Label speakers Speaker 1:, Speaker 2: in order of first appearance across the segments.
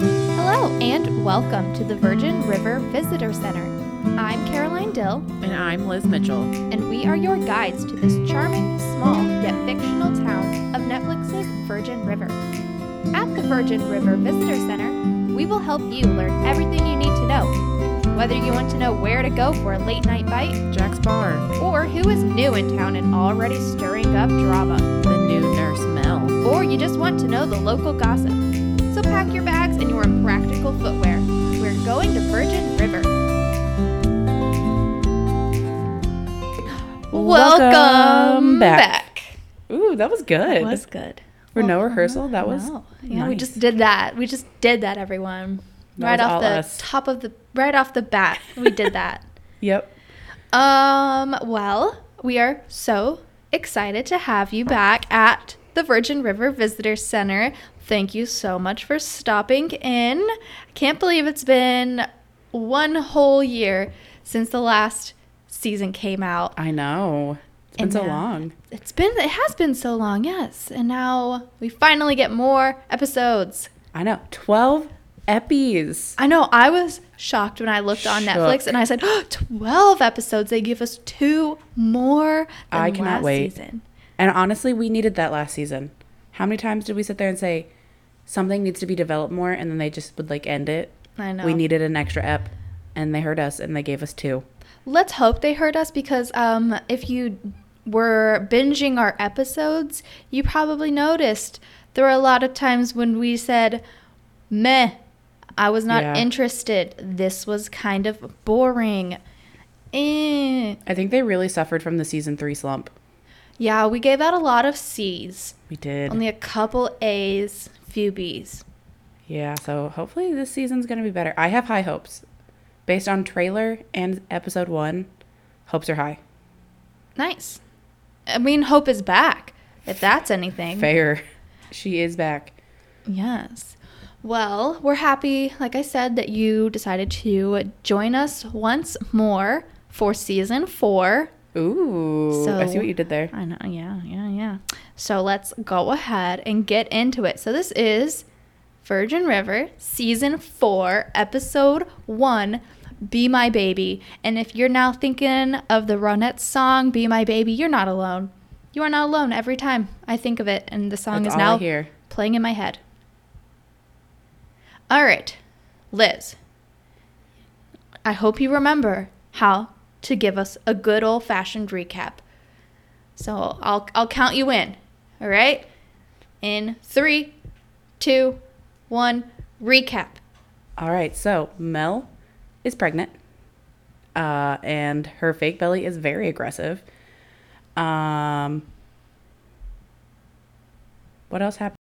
Speaker 1: Hello and welcome to the Virgin River Visitor Center. I'm Caroline Dill,
Speaker 2: And I'm Liz Mitchell.
Speaker 1: and we are your guides to this charming, small, yet fictional town of Netflix's Virgin River. At the Virgin River Visitor Center, we will help you learn everything you need to know. Whether you want to know where to go for a late night bite,
Speaker 2: Jack's Bar,
Speaker 1: or who is new in town and already stirring up drama.
Speaker 2: the new nurse Mel.
Speaker 1: or you just want to know the local gossip. So pack your bags and your impractical footwear. We're going to Virgin River.
Speaker 2: Welcome back.
Speaker 1: back.
Speaker 3: Ooh, that was good.
Speaker 1: That was good.
Speaker 3: For no rehearsal, that was
Speaker 1: Wow. Yeah, we
Speaker 3: nice.
Speaker 1: just did that. We just did that, everyone.
Speaker 3: That
Speaker 1: right
Speaker 3: was
Speaker 1: off
Speaker 3: all
Speaker 1: the
Speaker 3: us.
Speaker 1: top of the right off the bat, we did that.
Speaker 3: Yep.
Speaker 1: Um, well, we are so excited to have you back at the Virgin River Visitor Center. Thank you so much for stopping in. I can't believe it's been one whole year since the last season came out.
Speaker 3: I know. It's been
Speaker 1: And
Speaker 3: so
Speaker 1: now-
Speaker 3: long.
Speaker 1: It's been it has been so long, yes. And now we finally get more episodes.
Speaker 3: I know. 12 Eppies.
Speaker 1: I know I was shocked when I looked on Netflix
Speaker 3: Shook.
Speaker 1: and I said, oh, 12 episodes. They give us two more than
Speaker 3: I cannot
Speaker 1: last
Speaker 3: wait.
Speaker 1: season.
Speaker 3: And honestly, we needed that last season. How many times did we sit there and say, something needs to be developed more? And then they just would like end it.
Speaker 1: I know.
Speaker 3: We needed an extra Ep. And they heard us and they gave us two.
Speaker 1: Let's hope they heard us because um, if you were binging our episodes, you probably noticed there were a lot of times when we said, meh, I was not
Speaker 3: Yeah.
Speaker 1: interested. This was kind of boring. Eh.
Speaker 3: I think they really suffered from the season three slump.
Speaker 1: Yeah, we gave out a lot of C's,
Speaker 3: We did.
Speaker 1: only a couple A's, few B's.
Speaker 3: yeah. So hopefully this season's going to be better. I have high hopes. Based on trailer and episode one, hopes are high.
Speaker 1: Nice. I mean, hope is back, if that's anything.
Speaker 3: Fair. She is back.
Speaker 1: Yes. Well, we're happy, like I said, that you decided to join us once more for season four.
Speaker 3: Ooh. I see
Speaker 1: So-
Speaker 3: what you did there.
Speaker 1: I know, yeah, yeah, yeah. So let's go ahead and get into it. So this is Virgin River, season four, episode one. Be My Baby. And if you're now thinking of the Ronettes song, Be My Baby, you're not alone. You are not alone every time I think of it, and the song
Speaker 3: That's
Speaker 1: is
Speaker 3: all I
Speaker 1: now
Speaker 3: hear.
Speaker 1: playing in my head. All right, Liz. I hope you remember how to give us a good old fashioned recap. So I'll, I'll count you in. All right? In three, two, one, recap.
Speaker 3: All right. So Mel is pregnant, uh, and her fake belly is very aggressive. Um, what else happened?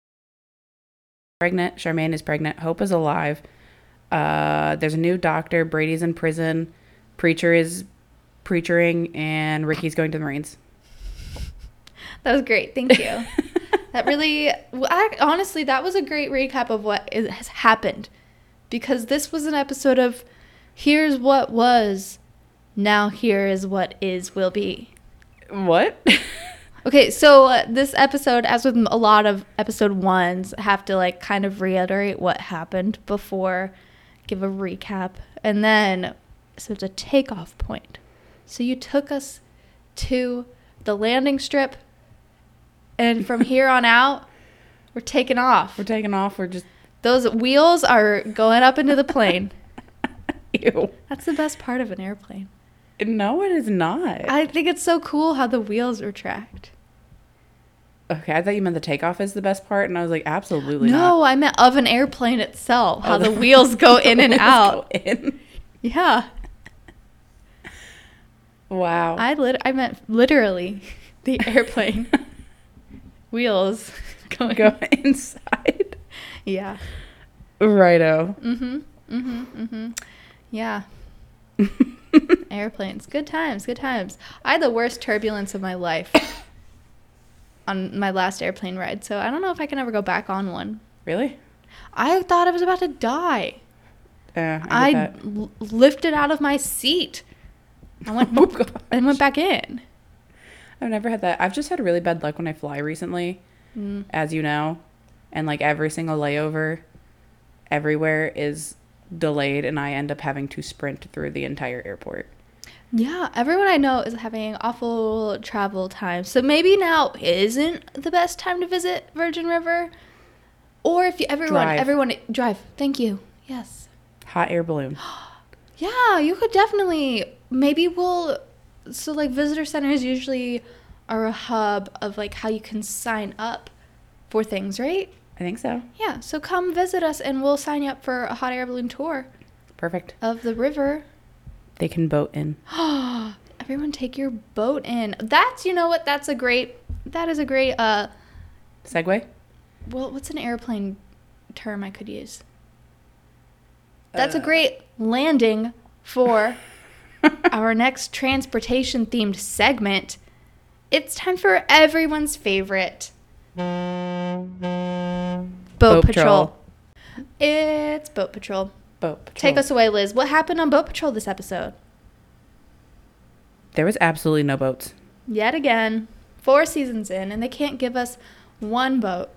Speaker 3: Pregnant. Charmaine is pregnant. Hope is alive. Uh, there's a new doctor. Brady's in prison. Preacher is preachering, and Ricky's going to the Marines.
Speaker 1: That was great. Thank you. that really, well, I, honestly, that was a great recap of what is, has happened. Because this was an episode of here's what was, now here is what is, will be.
Speaker 3: What?
Speaker 1: Okay, so uh, this episode, as with a lot of episode ones, have to like kind of reiterate what happened before, give a recap, and then so it's a takeoff point. So you took us to the landing strip, and from here on out, we're taking off.
Speaker 3: We're taking off. We're just
Speaker 1: Those wheels are going up into the plane.
Speaker 3: ew.
Speaker 1: That's the best part of an airplane.
Speaker 3: No, it is not.
Speaker 1: I think it's so cool how the wheels are tracked.
Speaker 3: Okay, I thought you meant the takeoff is the best part, and I was like, absolutely
Speaker 1: No,
Speaker 3: not.
Speaker 1: I meant of an airplane itself, how
Speaker 3: Oh,
Speaker 1: the,
Speaker 3: the-
Speaker 1: wheels go in and
Speaker 3: Let's go
Speaker 1: out.
Speaker 3: in.
Speaker 1: Yeah.
Speaker 3: Wow.
Speaker 1: I lit- I meant literally the airplane wheels going.
Speaker 3: go inside.
Speaker 1: Yeah.
Speaker 3: Righto.
Speaker 1: Mm-hmm. Mm-hmm. Mm-hmm. Yeah. Airplanes. Good times. Good times. I had the worst turbulence of my life on my last airplane ride, so I don't know if I can ever go back on one.
Speaker 3: Really?
Speaker 1: I thought I was about to die.
Speaker 3: Uh, I,
Speaker 1: I,
Speaker 3: get that.
Speaker 1: l- lifted out of my seat. I went
Speaker 3: Oh, God.
Speaker 1: and went back in.
Speaker 3: I've never had that. I've just had really bad luck when
Speaker 1: Mm.
Speaker 3: I fly recently, as you know, and like every single layover, everywhere is delayed and I end up having to sprint through the entire airport.
Speaker 1: Yeah, everyone I know is having awful travel time. So maybe now isn't the best time to visit Virgin River. Or if you everyone
Speaker 3: Drive.
Speaker 1: everyone drive. Thank you. Yes.
Speaker 3: Hot air balloon.
Speaker 1: Yeah, you could definitely maybe we'll so like visitor centers usually are a hub of like how you can sign up for things, right?
Speaker 3: I think so.
Speaker 1: Yeah, so come visit us and we'll sign you up for a hot air balloon tour
Speaker 3: Perfect.
Speaker 1: of the river.
Speaker 3: They can boat in.
Speaker 1: Everyone take your boat in. That's you know what? That's a great that is a great uh
Speaker 3: Segway?
Speaker 1: well, what's an airplane term I could use? That's a great landing for our next transportation themed segment. It's time for everyone's favorite Boat,
Speaker 3: Boat
Speaker 1: Patrol. It's Boat Patrol.
Speaker 3: Boat patrol.
Speaker 1: Take us away, Liz. What happened on Boat Patrol this episode?
Speaker 3: There was absolutely no boats.
Speaker 1: Yet again, four seasons in, and they can't give us one boat.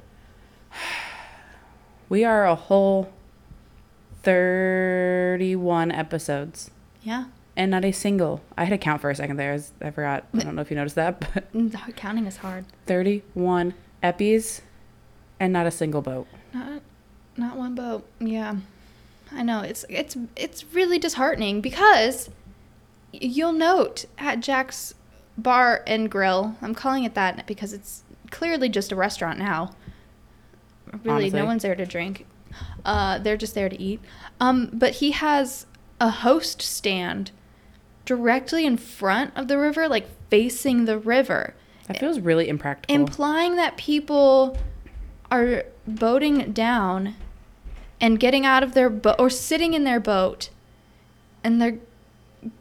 Speaker 3: We are a whole 31 episodes
Speaker 1: Yeah.
Speaker 3: and not a single. I had to count for a second there. I was- I forgot. I don't know if you noticed that, but
Speaker 1: Counting is hard.
Speaker 3: 31 Eppies and not a single boat.
Speaker 1: Not, not one boat. Yeah, I know. It's it's it's really disheartening because y- you'll note at Jack's Bar and Grill. I'm calling it that because it's clearly just a restaurant now. Really,
Speaker 3: Honestly.
Speaker 1: no one's there to drink. Uh, they're just there to eat. Um, but he has a host stand directly in front of the river, like facing the river
Speaker 3: That feels really impractical.
Speaker 1: implying that people are boating down and getting out of their boat or sitting in their boat and they're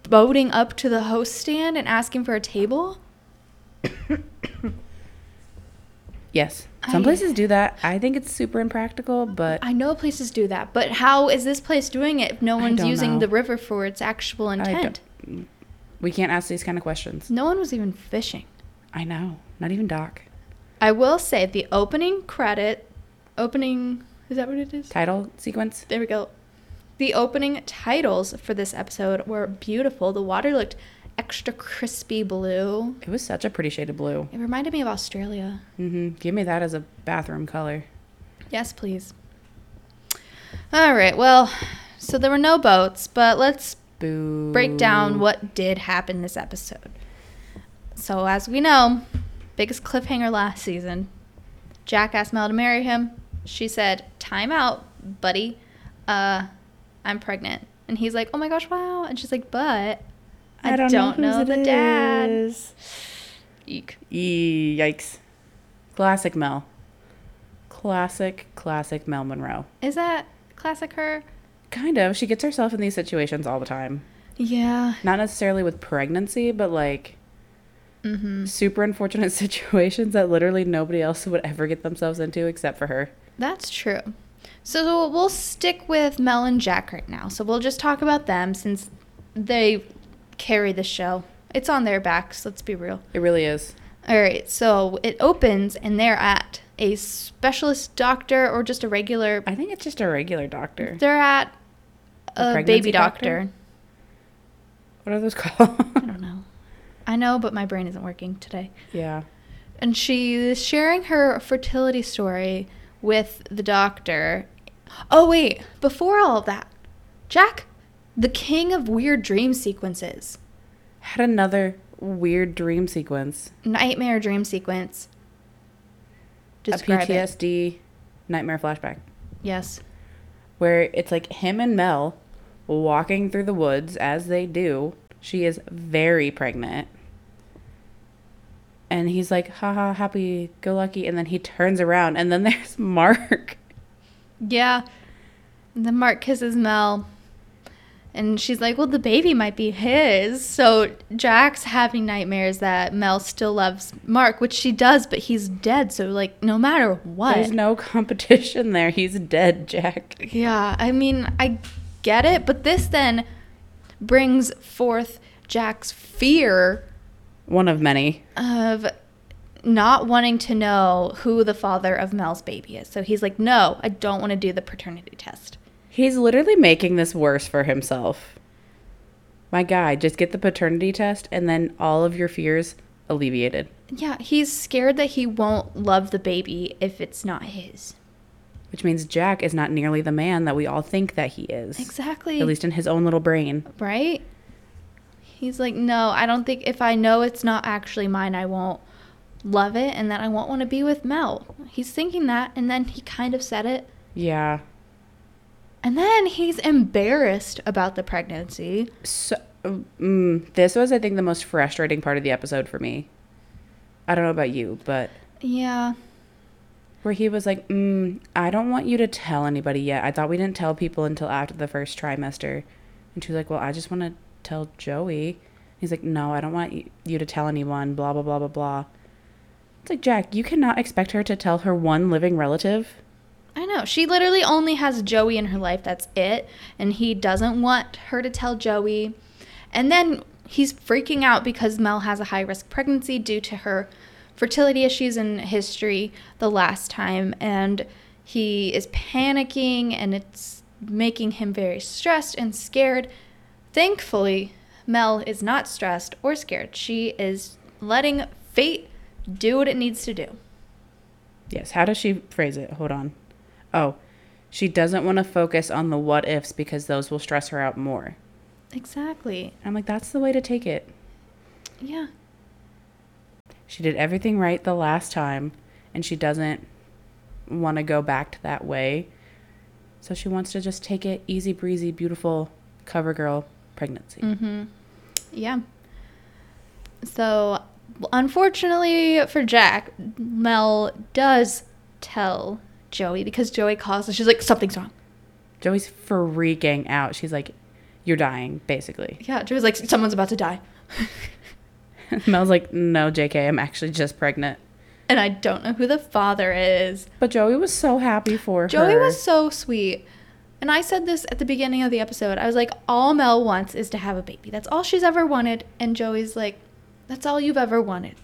Speaker 1: boating up to the host stand and asking for a table
Speaker 3: yes. Some
Speaker 1: I-
Speaker 3: places do that. I think it's super impractical, but
Speaker 1: i know places do that but how is this place doing it if no one's
Speaker 3: don't
Speaker 1: using
Speaker 3: know.
Speaker 1: the river for its actual
Speaker 3: I don't-
Speaker 1: intent
Speaker 3: we can't ask these kind of questions.
Speaker 1: no one was even fishing
Speaker 3: I know. Not even Doc.
Speaker 1: i will say the opening credit opening is that what it is
Speaker 3: Title sequence?
Speaker 1: There we go. The opening titles for this episode were beautiful. The water looked extra crispy blue.
Speaker 3: It was such a pretty shade of blue.
Speaker 1: It reminded me of Australia.
Speaker 3: hmm Give me that as a bathroom color.
Speaker 1: Yes, please. All right, well, so there were no boats, but let's
Speaker 3: Boo.
Speaker 1: break down what did happen this episode. So, as we know, biggest cliffhanger last season. Jack asked Mel to marry him. She said, "Time out, buddy. Uh, I'm pregnant." And he's like, "Oh my gosh, wow!" And she's like, "But I, don't, know,
Speaker 3: whose
Speaker 1: the
Speaker 3: it
Speaker 1: dad."
Speaker 3: is.
Speaker 1: Eek.
Speaker 3: Ee, E, yikes. Classic Mel. Classic, classic Mel Monroe.
Speaker 1: Is that classic her?
Speaker 3: Kind of. She gets herself in these situations all the time.
Speaker 1: Yeah.
Speaker 3: Not necessarily with pregnancy, but like
Speaker 1: Mm-hmm. Mm.
Speaker 3: super unfortunate situations that literally nobody else would ever get themselves into except for her.
Speaker 1: That's true. So we'll stick with Mel and Jack right now. So we'll just talk about them since they carry the show. It's on their backs, let's be real.
Speaker 3: It really is.
Speaker 1: All right, so it opens and they're at a specialist doctor or just a regular.
Speaker 3: I think it's just a regular doctor.
Speaker 1: They're at
Speaker 3: A
Speaker 1: a,
Speaker 3: pregnancy
Speaker 1: baby doctor.
Speaker 3: What are those called?
Speaker 1: I don't know. I know, but my brain isn't working today.
Speaker 3: yeah.
Speaker 1: and she's sharing her fertility story with the doctor. Oh wait, before all of that, Jack, the king of weird dream sequences,
Speaker 3: Had another weird dream sequence.
Speaker 1: nightmare dream sequence.
Speaker 3: a
Speaker 1: Describe it.
Speaker 3: PTSD nightmare flashback.
Speaker 1: Yes.
Speaker 3: where it's like him and Mel walking through the woods as they do. She is very pregnant. And he's like, haha, happy, go lucky. And then he turns around, and then there's Mark.
Speaker 1: Yeah. And then Mark kisses Mel. And she's like, well, the baby might be his. So Jack's having nightmares that Mel still loves Mark, which she does, but he's dead. So, like, no matter what.
Speaker 3: There's no competition there. He's dead, Jack.
Speaker 1: Yeah, I mean, I get it, but this then brings forth Jack's fear
Speaker 3: One of many.
Speaker 1: of not wanting to know who the father of Mel's baby is. So he's like, "No, I don't want to do the paternity test."
Speaker 3: He's literally making this worse for himself. My guy, just get the paternity test and then all of your fears alleviated.
Speaker 1: Yeah, he's scared that he won't love the baby if it's not his.
Speaker 3: Which means Jack is not nearly the man that we all think that he is.
Speaker 1: Exactly.
Speaker 3: At least in his own little brain.
Speaker 1: right? He's like, no, I don't think if I know it's not actually mine, I won't love it and that I won't want to be with Mel. He's thinking that, and then he kind of said it.
Speaker 3: Yeah.
Speaker 1: And then he's embarrassed about the pregnancy.
Speaker 3: So, mm, this was, I think, the most frustrating part of the episode for me. I don't know about you, but
Speaker 1: Yeah.
Speaker 3: where he was like, mm, I don't want you to tell anybody yet. I thought we didn't tell people until after the first trimester. And she was like, Well, I just want to tell Joey. He's like, No, I don't want y- you to tell anyone, blah, blah, blah, blah, blah. It's like, Jack, you cannot expect her to tell her one living relative.
Speaker 1: I know. She literally only has Joey in her life. That's it. And he doesn't want her to tell Joey. And then he's freaking out because Mel has a high risk pregnancy due to her fertility issues and history the last time. And he is panicking and it's making him very stressed and scared. Thankfully, Mel is not stressed or scared. She is letting fate do what it needs to do.
Speaker 3: Yes, how does she phrase it? Hold on. Oh, she doesn't want to focus on the what ifs because those will stress her out more.
Speaker 1: Exactly.
Speaker 3: I'm like, That's the way to take it.
Speaker 1: Yeah.
Speaker 3: She did everything right the last time, and she doesn't want to go back to that way. So she wants to just take it easy breezy, beautiful cover girl pregnancy.
Speaker 1: Mm. Yeah. So, unfortunately for Jack, Mel does tell Joey because Joey calls and she's like, something's wrong.
Speaker 3: Joey's freaking out. She's like, You're dying, basically.
Speaker 1: Yeah, Joey's like, someone's about to die.
Speaker 3: Mel's like, No, JK, I'm actually just pregnant.
Speaker 1: and I don't know who the father is.
Speaker 3: But Joey was so happy for her.
Speaker 1: Joey was so sweet. And I said this at the beginning of the episode. I was like, all Mel wants is to have a baby. That's all she's ever wanted. And Joey's like, that's all you've ever wanted.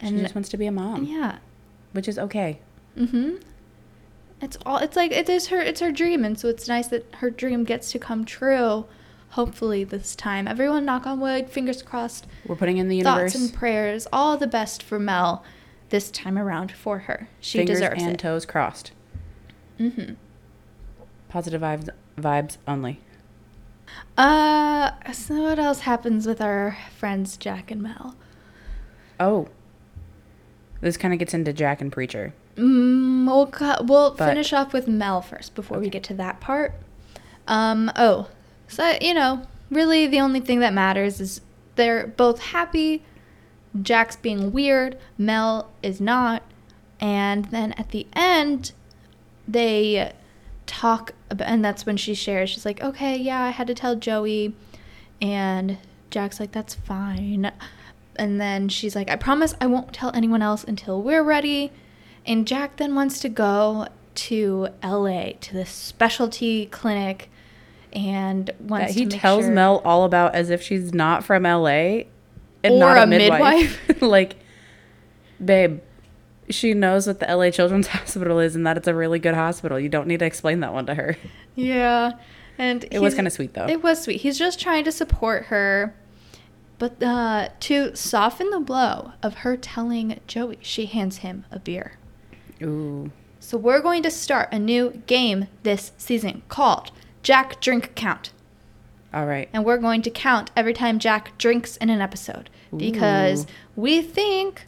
Speaker 3: She
Speaker 1: And
Speaker 3: just wants to be a mom,
Speaker 1: yeah,
Speaker 3: which is okay.
Speaker 1: Mm-hmm. It's all. It's like it is her. It's her dream, and so it's nice that her dream gets to come true. Hopefully this time, everyone knock on wood, fingers crossed.
Speaker 3: We're putting in the universe.
Speaker 1: Thoughts and prayers, all the best for Mel, this time around for her. She
Speaker 3: fingers
Speaker 1: deserves
Speaker 3: and
Speaker 1: it.
Speaker 3: toes crossed.
Speaker 1: mm-hmm.
Speaker 3: Positive vibes, vibes only.
Speaker 1: Uh, so what else happens with our friends Jack and Mel?
Speaker 3: Oh. This kind of gets into Jack and Preacher.
Speaker 1: Mm, we'll cu- we'll
Speaker 3: But-
Speaker 1: finish off with Mel first before we
Speaker 3: Okay.
Speaker 1: get to that part. Um, oh, so you know, really the only thing that matters is they're both happy. Jack's being weird, Mel is not, and then at the end, they talk about, and that's when she shares. She's like, "Okay, yeah, I had to tell Joey," and Jack's like, "That's fine." And then she's like, "I promise I won't tell anyone else until we're ready." And Jack then wants to go to LA to this specialty clinic and wants
Speaker 3: That he
Speaker 1: to make
Speaker 3: tells
Speaker 1: sure-
Speaker 3: Mel all about as if she's not from LA and
Speaker 1: Or
Speaker 3: not a
Speaker 1: a
Speaker 3: midwife. like, babe, she knows what the LA Children's Hospital is and that it's a really good hospital. You don't need to explain that one to her.
Speaker 1: Yeah. And
Speaker 3: It
Speaker 1: he's-
Speaker 3: was kind of sweet though.
Speaker 1: It was sweet. He's just trying to support her. But uh, to soften the blow of her telling Joey, she hands him a beer.
Speaker 3: Ooh.
Speaker 1: So we're going to start a new game this season called Jack Drink Count.
Speaker 3: All right.
Speaker 1: And we're going to count every time Jack drinks in an episode because
Speaker 3: Ooh.
Speaker 1: we think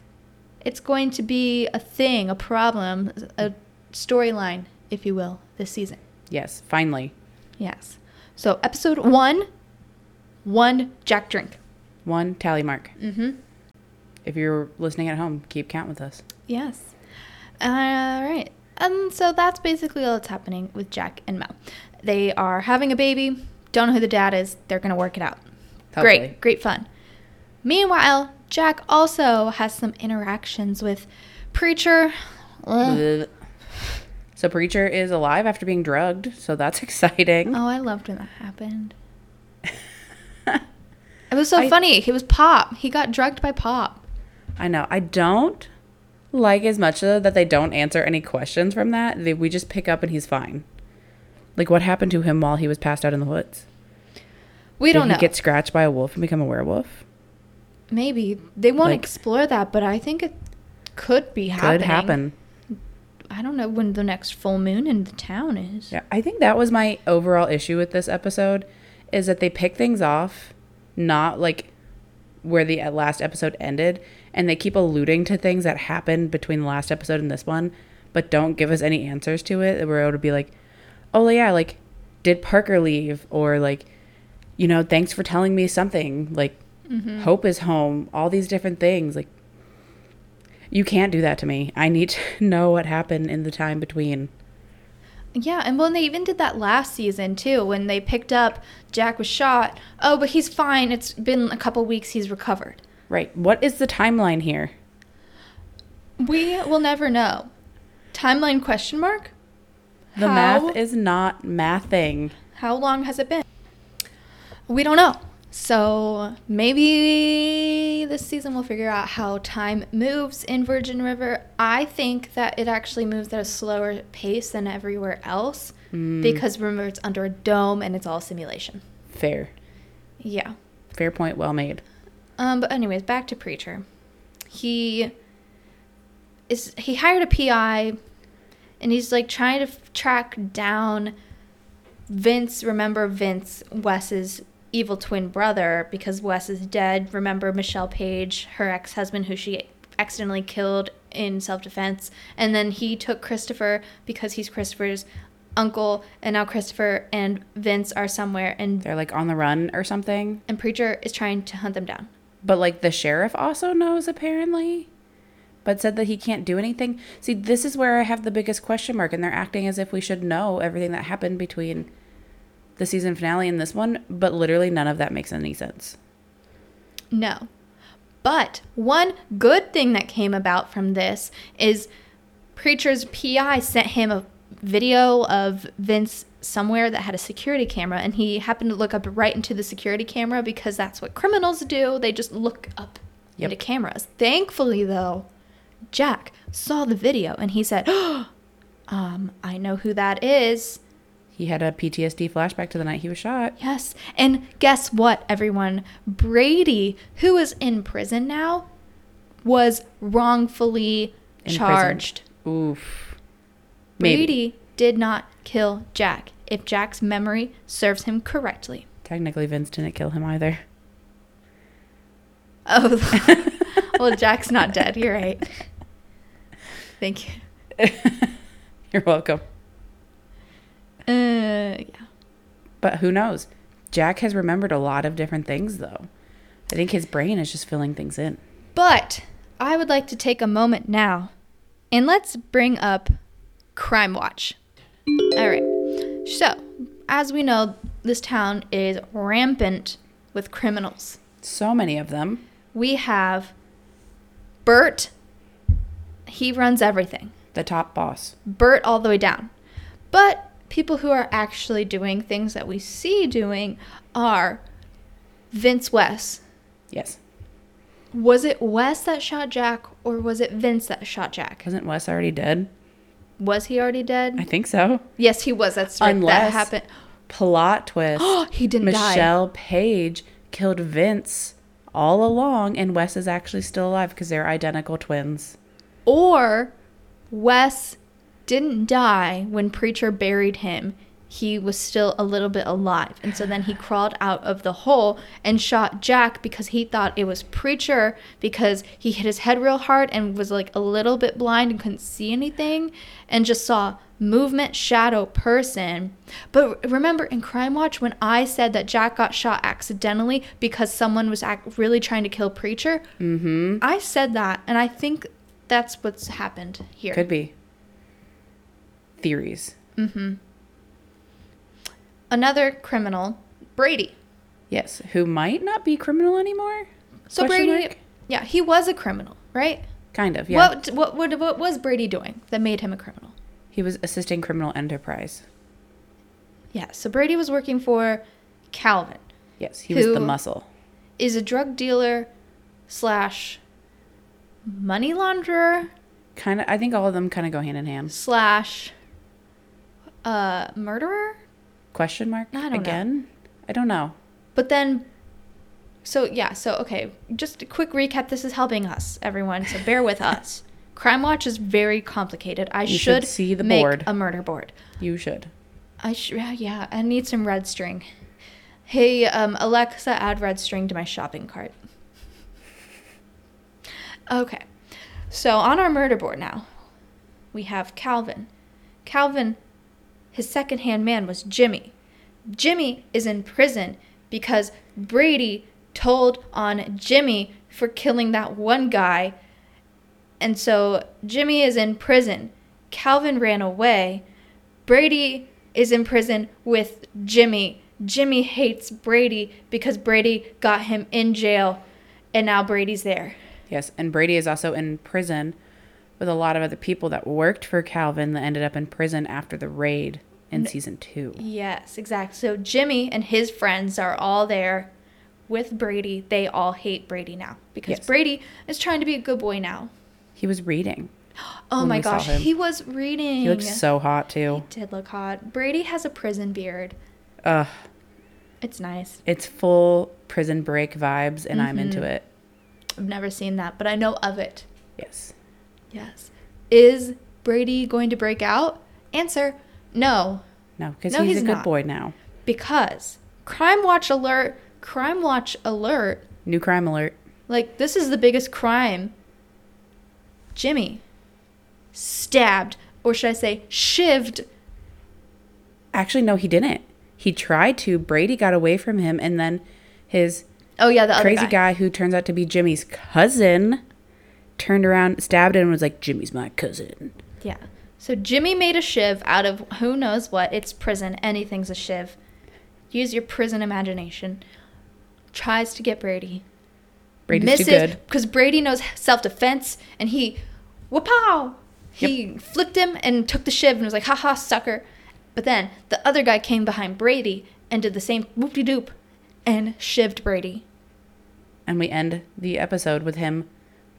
Speaker 1: it's going to be a thing, a problem, a storyline, if you will, this season.
Speaker 3: Yes, finally.
Speaker 1: Yes. So episode one, one Jack drink.
Speaker 3: One tally mark.
Speaker 1: Mm-hmm.
Speaker 3: If you're listening at home, keep count with us.
Speaker 1: Yes. All right. And so that's basically all that's happening with Jack and Mel. They are having a baby. Don't know who the dad is. They're gonna work it out.
Speaker 3: Hopefully.
Speaker 1: Great, great fun. Meanwhile, Jack also has some interactions with Preacher. Ugh.
Speaker 3: Bleh. So Preacher is alive after being drugged, so that's exciting.
Speaker 1: Oh, I loved when that happened. It was so
Speaker 3: I-
Speaker 1: funny. He was Pop. He got drugged by Pop.
Speaker 3: I know. I don't like as much though that they don't answer any questions from that. They, we just pick up and he's fine. Like what happened to him while he was passed out in the woods?
Speaker 1: We
Speaker 3: Did
Speaker 1: don't
Speaker 3: he
Speaker 1: know.
Speaker 3: get scratched by a wolf and become a werewolf?
Speaker 1: Maybe they won't
Speaker 3: like-
Speaker 1: explore that, but I think it could be happening.
Speaker 3: Could happen.
Speaker 1: I don't know when the next full moon in the town is.
Speaker 3: Yeah, I think that was my overall issue with this episode is that they pick things off not like where the uh, last episode ended and they keep alluding to things that happened between the last episode and this one but don't give us any answers to it. We're able to be like, "Oh yeah, like did Parker leave?" or like, you know, "Thanks for telling me something." Like Hope is home, all these different things. Like you can't do that to me. I need to know what happened in the time between.
Speaker 1: Yeah, and well, and they even did that last season too when they picked up Jack was shot. Oh, but he's fine. It's been a couple weeks. He's recovered.
Speaker 3: Right. What is the timeline here?
Speaker 1: We will never know. Timeline question mark?
Speaker 3: The
Speaker 1: How?
Speaker 3: math is not mathing.
Speaker 1: How long has it been? We don't know. So maybe this season we'll figure out how time moves in Virgin River. I think that it actually moves at a slower pace than everywhere else because remember it's under a dome and it's all simulation.
Speaker 3: Fair.
Speaker 1: Yeah.
Speaker 3: Fair point. Well made.
Speaker 1: Um, but anyways, back to Preacher. He is he hired a PI and he's like trying to f- track down Vince, remember Vince, Wes's evil twin brother, because Wes is dead. Remember Michelle Page, her ex husband, who she accidentally killed in self defense. And then he took Christopher because he's Christopher's uncle. And now Christopher and Vince are somewhere, and,
Speaker 3: They're like on the run or something.
Speaker 1: and Preacher is trying to hunt them down.
Speaker 3: But like the sheriff also knows apparently, but said that he can't do anything. See, this is where I have the biggest question mark, and they're acting as if we should know everything that happened between the season finale and this one, but literally none of that makes any sense.
Speaker 1: No. But one good thing that came about from this is Preacher's PI sent him a video of Vince somewhere that had a security camera, and he happened to look up right into the security camera because that's what criminals do. They just look up
Speaker 3: Yep.
Speaker 1: into cameras. Thankfully, though, Jack saw the video and he said, um, I know who that is.
Speaker 3: He had a PTSD flashback to the night he was shot.
Speaker 1: Yes. And guess what, everyone? Brady, who is in prison now, was wrongfully
Speaker 3: Imprisoned.
Speaker 1: charged.
Speaker 3: Oof. Maybe.
Speaker 1: Brady did not kill Jack, if Jack's memory serves him correctly.
Speaker 3: Technically, Vince didn't kill him either.
Speaker 1: Oh, well, Jack's not dead. You're right. Thank you.
Speaker 3: You're welcome.
Speaker 1: Uh, yeah.
Speaker 3: But who knows? Jack has remembered a lot of different things, though. I think his brain is just filling things in.
Speaker 1: But I would like to take a moment now and let's bring up Crime Watch. All right. So, as we know, this town is rampant with criminals.
Speaker 3: So many of them.
Speaker 1: We have Bert, he runs everything,
Speaker 3: The top boss.
Speaker 1: Bert all the way down. But people who are actually doing things that we see doing are Vince West,
Speaker 3: Yes.
Speaker 1: Was it Wes that shot Jack or was it Vince that shot Jack?
Speaker 3: Wasn't Wes already dead?
Speaker 1: Was he already dead?
Speaker 3: I think so.
Speaker 1: yes, he was. That's right. that
Speaker 3: Unless-
Speaker 1: happened.
Speaker 3: Plot twist.
Speaker 1: Oh, he didn't die.
Speaker 3: Michelle Page killed Vince all along, and Wes is actually still alive because they're identical twins.
Speaker 1: Or Wes didn't die when Preacher buried him. He was still a little bit alive. And so then he crawled out of the hole and shot Jack because he thought it was Preacher because he hit his head real hard and was like a little bit blind and couldn't see anything and just saw movement, shadow, person. But remember in Crime Watch when I said that Jack got shot accidentally because someone was ac- really trying to kill Preacher? I said that, and I think that's what's happened here.
Speaker 3: Could be. Theories.
Speaker 1: Another criminal, Brady.
Speaker 3: Yes. Who might not be criminal anymore?
Speaker 1: So
Speaker 3: Question
Speaker 1: Brady,
Speaker 3: mark?
Speaker 1: yeah, he was a criminal, right?
Speaker 3: Kind of, yeah.
Speaker 1: What, what what what was Brady doing that made him a criminal?
Speaker 3: he was assisting criminal enterprise.
Speaker 1: Yeah, so Brady was working for Calvin,
Speaker 3: Yes. He was the
Speaker 1: Who-
Speaker 3: muscle.
Speaker 1: is a drug dealer slash money launderer
Speaker 3: Kind of, I think all of them kind of go hand in hand.
Speaker 1: slash uh murderer
Speaker 3: question mark
Speaker 1: I don't know.
Speaker 3: again? I don't know.
Speaker 1: But then, so yeah, so okay, just a quick recap. This is helping us, everyone. So bear with us. Crime Watch is very complicated. I
Speaker 3: You should
Speaker 1: should,
Speaker 3: see the
Speaker 1: make
Speaker 3: board.
Speaker 1: a murder board.
Speaker 3: You should.
Speaker 1: I should, yeah. I need some red string. Hey, um, Alexa, add red string to my shopping cart. Okay, so on our murder board now, we have Calvin. Calvin, his secondhand man was Jimmy. Jimmy is in prison because Brady told on Jimmy for killing that one guy. And so Jimmy is in prison. Calvin ran away. Brady is in prison with Jimmy. Jimmy hates Brady because Brady got him in jail and now Brady's there.
Speaker 3: Yes, and Brady is also in prison with a lot of other people that worked for Calvin that ended up in prison after the raid in season two.
Speaker 1: Yes, exactly. So Jimmy and his friends are all there with Brady. They all hate Brady now because
Speaker 3: Yes.
Speaker 1: Brady is trying to be a good boy now.
Speaker 3: He was reading.
Speaker 1: Oh
Speaker 3: When
Speaker 1: my
Speaker 3: we saw
Speaker 1: gosh,
Speaker 3: him.
Speaker 1: he was reading.
Speaker 3: He looked so hot too.
Speaker 1: did look hot. Brady has a prison beard.
Speaker 3: Ugh,
Speaker 1: It's nice.
Speaker 3: it's full prison break vibes, and I'm
Speaker 1: Mm-hmm.
Speaker 3: into it.
Speaker 1: I've never seen that, but I know of it.
Speaker 3: Yes.
Speaker 1: Yes. Is Brady going to break out? Answer no,
Speaker 3: No, because
Speaker 1: No,
Speaker 3: he's,
Speaker 1: he's
Speaker 3: a good
Speaker 1: not.
Speaker 3: boy now.
Speaker 1: because Crime Watch alert, Crime Watch alert.
Speaker 3: New crime alert.
Speaker 1: Like this is the biggest crime. Jimmy stabbed or should I say shivved.
Speaker 3: Actually, no, he didn't. He tried to. Brady got away from him, and then his
Speaker 1: Oh yeah, the other
Speaker 3: crazy
Speaker 1: guy.
Speaker 3: guy who turns out to be Jimmy's cousin turned around, stabbed him, and was like, Jimmy's my cousin.
Speaker 1: Yeah. So Jimmy made a shiv out of who knows what. It's prison. Anything's a shiv. Use your prison imagination. Tries to get Brady.
Speaker 3: Brady's
Speaker 1: misses
Speaker 3: too good.
Speaker 1: because Brady knows self defense, and he, whoop-pow, he flipped him and took the shiv and was like, "Ha ha, sucker!" But then the other guy came behind Brady and did the same whoop de doop, and shivved Brady.
Speaker 3: And we end the episode with him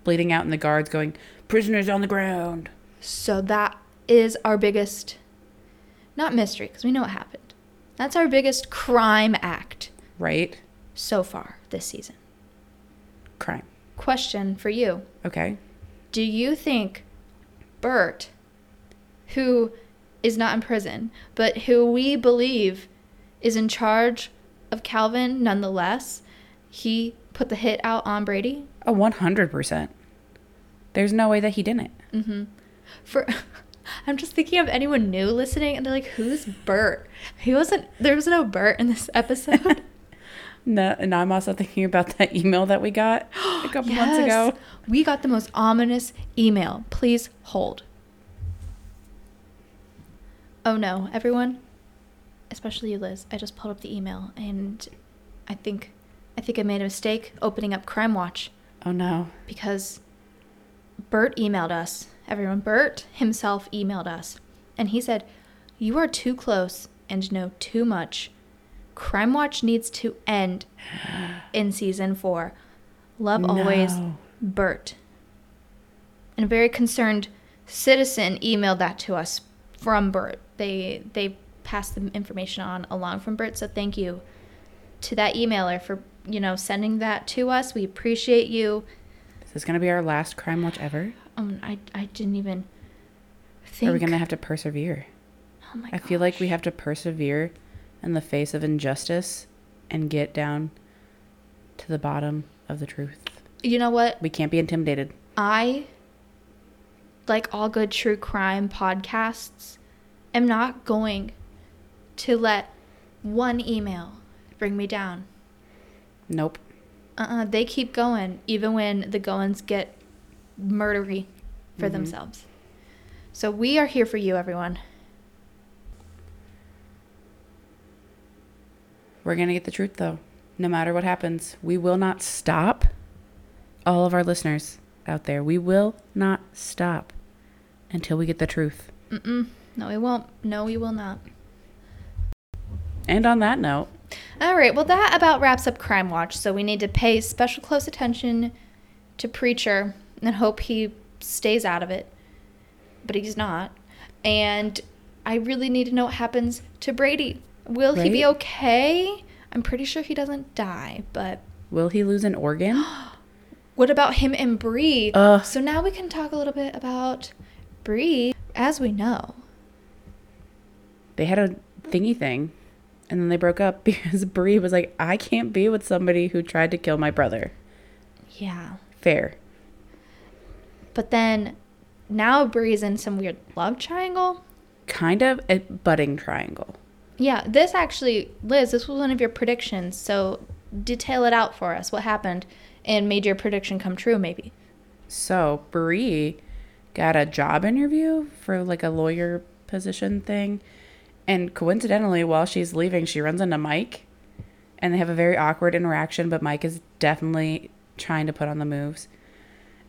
Speaker 3: bleeding out and the guards going, Prisoners on the ground.
Speaker 1: So that is our biggest, not mystery because we know what happened. That's our biggest crime act
Speaker 3: Right?
Speaker 1: so far this season.
Speaker 3: Crime.
Speaker 1: Question for you.
Speaker 3: Okay.
Speaker 1: Do you think Bert, who is not in prison, but who we believe is in charge of Calvin nonetheless, he put the hit out on Brady?
Speaker 3: A 100%. There's no way that he didn't.
Speaker 1: For I'm just thinking of anyone new listening and they're like, Who's Bert? He wasn't there was no Bert in this episode.
Speaker 3: No, and I'm also thinking about that email that we got a couple months
Speaker 1: Yes.
Speaker 3: ago.
Speaker 1: We got the most ominous email. Please hold. Oh no, everyone, especially you, Liz. I just pulled up the email, and I think, I think I made a mistake opening up Crime Watch
Speaker 3: Oh no.
Speaker 1: because Bert emailed us. Everyone, Bert himself emailed us, and he said, "You are too close and know too much. Crime Watch needs to end in season four. Love always,
Speaker 3: No.
Speaker 1: Bert." And a very concerned citizen emailed that to us from Bert. They they passed the information on along from Bert, so thank you to that emailer for you know sending that to us. We appreciate you.
Speaker 3: Is this going to be our last crime watch ever?
Speaker 1: Um, I, I didn't even
Speaker 3: Or
Speaker 1: think.
Speaker 3: Are we going to have to persevere?
Speaker 1: oh my
Speaker 3: I feel like we have to persevere in the face of injustice and get down to the bottom of the truth.
Speaker 1: You know what?
Speaker 3: We can't be intimidated.
Speaker 1: I, like all good true crime podcasts, am not going to let one email bring me down.
Speaker 3: Nope.
Speaker 1: Uh-uh, they keep going even when the goings get murdery for themselves. So we are here for you, everyone.
Speaker 3: We're going to get the truth, though, no matter what happens. We will not stop. All of our listeners out there, we will not stop until we get the truth.
Speaker 1: Mm-mm. No, we won't. No, we will not.
Speaker 3: And on that note,
Speaker 1: All right, well, that about wraps up Crime Watch, so we need to pay special close attention to Preacher and hope he stays out of it. But he's not. And I really need to know what happens to Brady. Will he be
Speaker 3: Right?
Speaker 1: okay? I'm pretty sure he doesn't die, but
Speaker 3: Will he lose an organ?
Speaker 1: what about him and Bree?
Speaker 3: Ugh.
Speaker 1: so now we can talk a little bit about Bree. As we know,
Speaker 3: they had a thingy thing and then they broke up because Bree was like, I can't be with somebody who tried to kill my brother.
Speaker 1: yeah.
Speaker 3: Fair.
Speaker 1: But then now Bree's in some weird love triangle.
Speaker 3: Kind of a budding triangle.
Speaker 1: Yeah, this actually, Liz, this was one of your predictions. So detail it out for us. What happened and made your prediction come true, maybe?
Speaker 3: So Bree got a job interview for like a lawyer position thing. And coincidentally, while she's leaving, she runs into Mike and they have a very awkward interaction. But Mike is definitely trying to put on the moves.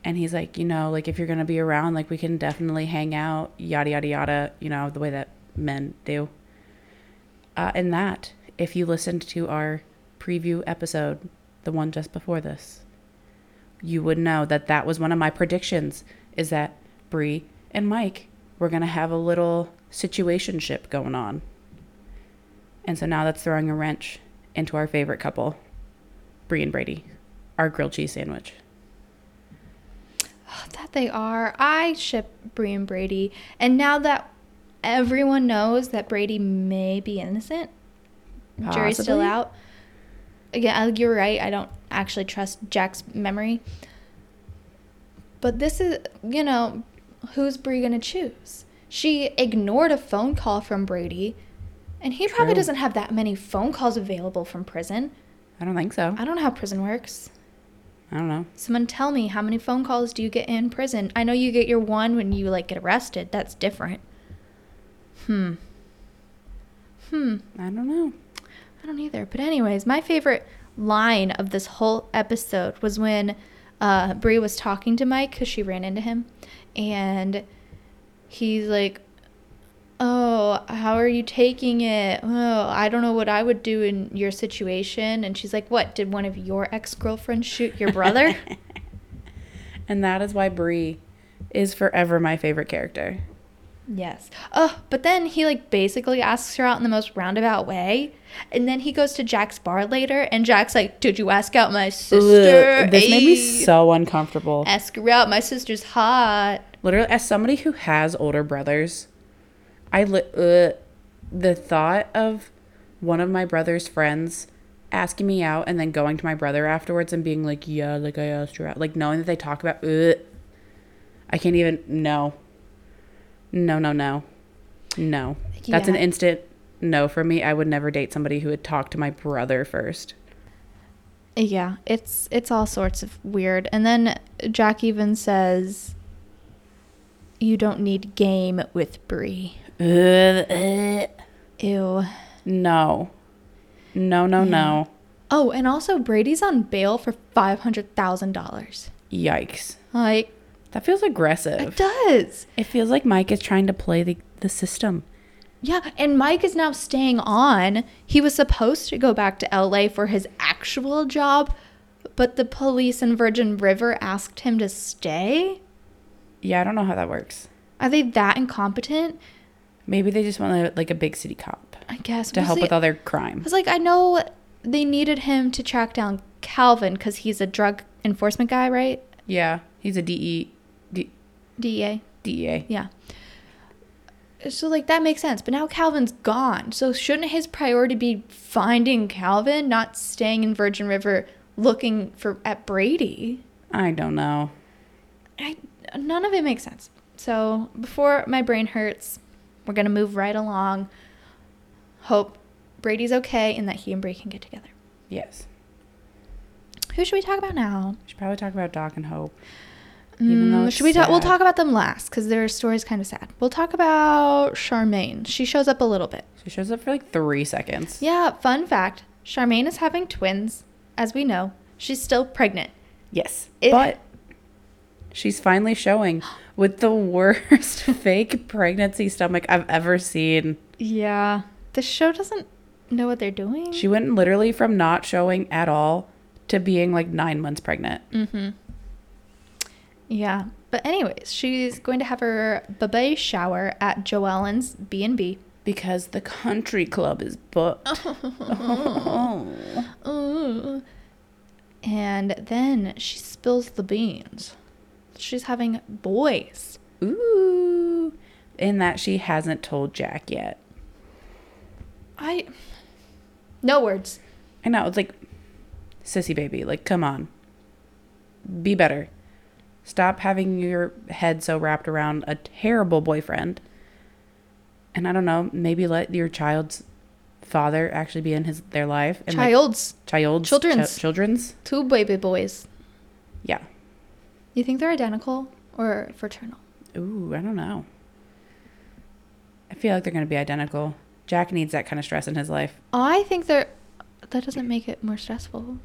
Speaker 3: And he's like, you know, like if you're going to be around, like we can definitely hang out, yada, yada, yada, you know, the way that men do. Uh, and that, if you listened to our preview episode, the one just before this, you would know that that was one of my predictions is that Bree and Mike were going to have a little situationship going on. And so now that's throwing a wrench into our favorite couple, Bree and Brady, our grilled cheese sandwich.
Speaker 1: Oh, That they are. I ship Bree and Brady. And now that everyone knows that Brady may be innocent, jury's still
Speaker 3: Possibly.
Speaker 1: out. Yeah, I- you're right. I don't actually trust Jack's memory. But this is, you know, who's Bree going to choose? She ignored a phone call from Brady, and he probably
Speaker 3: True.
Speaker 1: doesn't have that many phone calls available from prison.
Speaker 3: I don't think so.
Speaker 1: I don't know how prison works.
Speaker 3: I don't know.
Speaker 1: Someone tell me how many phone calls do you get in prison? I know you get your one when you like get arrested. That's different. Hmm. Hmm.
Speaker 3: I don't know.
Speaker 1: I don't either. But anyways, my favorite line of this whole episode was when uh, Brie was talking to Mike because she ran into him, and he's like, "Oh, how are you taking it? Oh, I don't know what I would do in your situation." And she's like, "What? Did one of your ex girlfriends shoot your brother?"
Speaker 3: And that is why Bree is forever my favorite character.
Speaker 1: Yes. Oh, but then he like basically asks her out in the most roundabout way, and then he goes to Jack's bar later, and Jack's like, "Did you ask out my sister?
Speaker 3: Ugh, this made me
Speaker 1: Ayy.
Speaker 3: so uncomfortable.
Speaker 1: ask her out. My sister's hot."
Speaker 3: literally as somebody who has older brothers i li- uh, the thought of one of my brother's friends asking me out and then going to my brother afterwards and being like yeah like i asked you out like knowing that they talk about uh, i can't even no no no no no that's an
Speaker 1: Yeah.
Speaker 3: instant no for me i would never date somebody who would talk to my brother first
Speaker 1: Yeah, it's it's all sorts of weird. And then Jack even says, "You don't need game with Bree." Ew.
Speaker 3: no no no no
Speaker 1: Oh, and also Brady's on bail for five hundred thousand dollars.
Speaker 3: yikes
Speaker 1: Like
Speaker 3: that feels aggressive
Speaker 1: it does.
Speaker 3: It feels like Mike is trying to play the, the system.
Speaker 1: Yeah, and Mike is now staying on. He was supposed to go back to LA for his actual job, but the police in Virgin River asked him to stay?
Speaker 3: Yeah, I don't know how that works.
Speaker 1: Are they that incompetent?
Speaker 3: Maybe they just want a, like a big city cop
Speaker 1: I guess.
Speaker 3: to
Speaker 1: Was
Speaker 3: help
Speaker 1: he-
Speaker 3: with all their
Speaker 1: I
Speaker 3: crime.
Speaker 1: was like, I know they needed him to track down Calvin because he's a drug enforcement guy, right? E
Speaker 3: Yeah, he's a DE, D, E
Speaker 1: DEA.
Speaker 3: DEA.
Speaker 1: Yeah. So like that makes sense, but now Calvin's gone. So shouldn't his priority be finding Calvin, not staying in Virgin River looking for at Brady?
Speaker 3: I don't know.
Speaker 1: I, none of it makes sense. So before my brain hurts, we're gonna move right along. Hope Brady's okay and that he and Bree can get together.
Speaker 3: Yes.
Speaker 1: Who should we talk about now?
Speaker 3: We should probably talk about Doc and Hope. Even though
Speaker 1: Mm,
Speaker 3: it's
Speaker 1: should we talk? We'll
Speaker 3: sad.
Speaker 1: talk about them last because their story's kind of sad. We'll talk about Charmaine. She shows up a little bit.
Speaker 3: She shows up for like three seconds.
Speaker 1: Yeah, fun fact Charmaine is having twins. As we know, she's still pregnant.
Speaker 3: Yes.
Speaker 1: It-
Speaker 3: but she's finally showing with the worst fake pregnancy stomach I've ever seen.
Speaker 1: Yeah. The show doesn't know what they're doing.
Speaker 3: She went literally from not showing at all to being like nine months pregnant.
Speaker 1: mm-hmm. Yeah. But anyways, she's going to have her baby shower at Joellen's B&B.
Speaker 3: because the country club is booked. Oh.
Speaker 1: Ooh. And then she spills the beans. She's having boys.
Speaker 3: Ooh. In that she hasn't told Jack yet.
Speaker 1: I. No words.
Speaker 3: I know. It's like, sissy baby, like, come on. Be better. Stop having your head so wrapped around a terrible boyfriend. And I don't know, maybe let your child's father actually be in his their life. And like,
Speaker 1: Childs.
Speaker 3: child's
Speaker 1: Children's.
Speaker 3: chi- children's.
Speaker 1: Two baby boys.
Speaker 3: Yeah.
Speaker 1: You think they're identical or fraternal?
Speaker 3: Ooh, I don't know. I feel like they're going to be identical. Jack needs that kind of stress in his life.
Speaker 1: I think they're. That doesn't make it more stressful.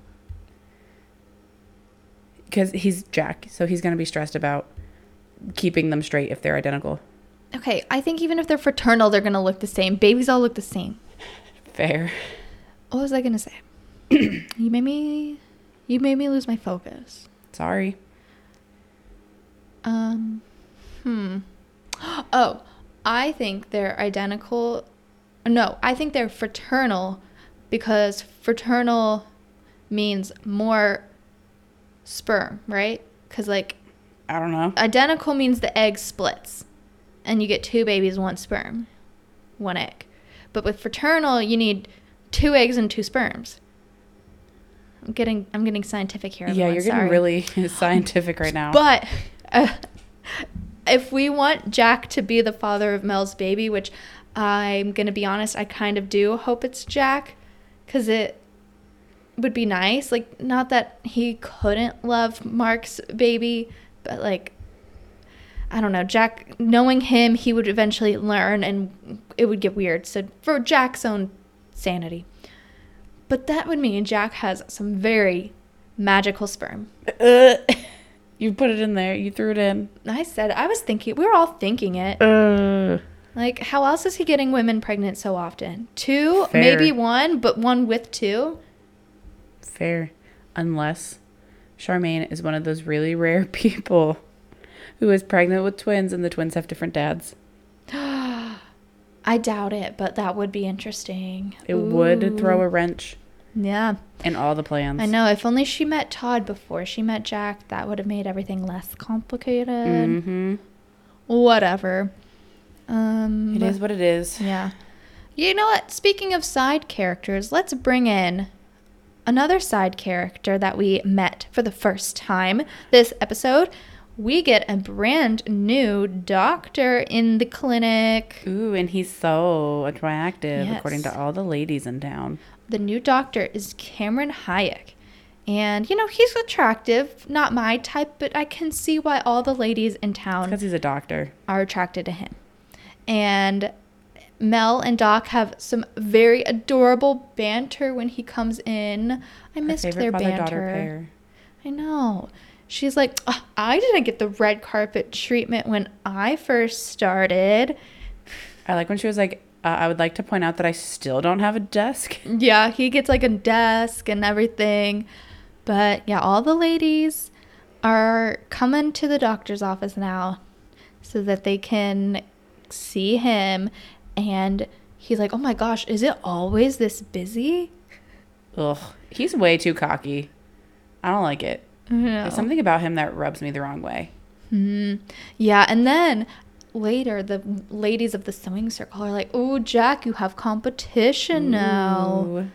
Speaker 3: because he's Jack, so he's going to be stressed about keeping them straight if they're identical.
Speaker 1: Okay, I think even if they're fraternal, they're gonna look the same. Babies all look the same.
Speaker 3: Fair.
Speaker 1: What was I gonna say? you made me. You made me lose my focus.
Speaker 3: Sorry.
Speaker 1: Um, hmm. Oh, I think they're identical. No, I think they're fraternal because fraternal means more sperm, right? Because, like,
Speaker 3: I don't know.
Speaker 1: identical means the egg splits and you get two babies, one sperm, one egg. But with fraternal, you need two eggs and two sperms. I'm getting I'm getting scientific here.
Speaker 3: yeah,
Speaker 1: everyone,
Speaker 3: you're getting
Speaker 1: sorry.
Speaker 3: really scientific right now.
Speaker 1: But uh, if we want Jack to be the father of Mel's baby, which I'm going to be honest, I kind of do hope it's Jack because it would be nice. Like, not that he couldn't love Mark's baby, but like, I don't know. Jack, knowing him, he would eventually learn and it would get weird. So, for Jack's own sanity. But that would mean Jack has some very magical sperm.
Speaker 3: Uh, you put it in there. You threw it in.
Speaker 1: I said I was thinking we were all thinking it.
Speaker 3: Uh,
Speaker 1: Like how else is he getting women pregnant so often? Two,
Speaker 3: Fair.
Speaker 1: maybe one, but one with two.
Speaker 3: fair. Unless Charmaine is one of those really rare people who is pregnant with twins and the twins have different dads.
Speaker 1: I doubt it, but that would be interesting.
Speaker 3: It would
Speaker 1: Ooh.
Speaker 3: throw a wrench
Speaker 1: Yeah.
Speaker 3: in all the plans.
Speaker 1: I know. If only she met Todd before she met Jack, that would have made everything less complicated.
Speaker 3: Mm-hmm.
Speaker 1: Whatever. Um
Speaker 3: It is what it is.
Speaker 1: Yeah. You know what? Speaking of side characters, let's bring in another side character that we met for the first time this episode. We get a brand new doctor in the clinic.
Speaker 3: Ooh, and he's so attractive, according
Speaker 1: Yes.
Speaker 3: to all the ladies in town.
Speaker 1: The new doctor is Cameron Hayek. And, you know, he's attractive, not my type, but I can see why all the ladies in town
Speaker 3: Because he's a doctor.
Speaker 1: are attracted to him. And Mel and Doc have some very adorable banter when he comes in. I
Speaker 3: My
Speaker 1: missed
Speaker 3: favorite
Speaker 1: their
Speaker 3: father-daughter
Speaker 1: banter.
Speaker 3: pair.
Speaker 1: I know. She's like, "Ugh, I didn't get the red carpet treatment when I first started.
Speaker 3: I like when she was like, uh, I would like to point out that I still don't have a desk.
Speaker 1: Yeah, he gets like a desk and everything. But yeah, all the ladies are coming to the doctor's office now so that they can see him. And he's like, oh my gosh, is it always this busy?
Speaker 3: Ugh, he's way too cocky. I don't like it.
Speaker 1: No.
Speaker 3: There's something about him that rubs me the wrong way.
Speaker 1: Mhm. Yeah, and then later the ladies of the sewing circle are like, oh, Jack, you have competition now.
Speaker 3: Ooh.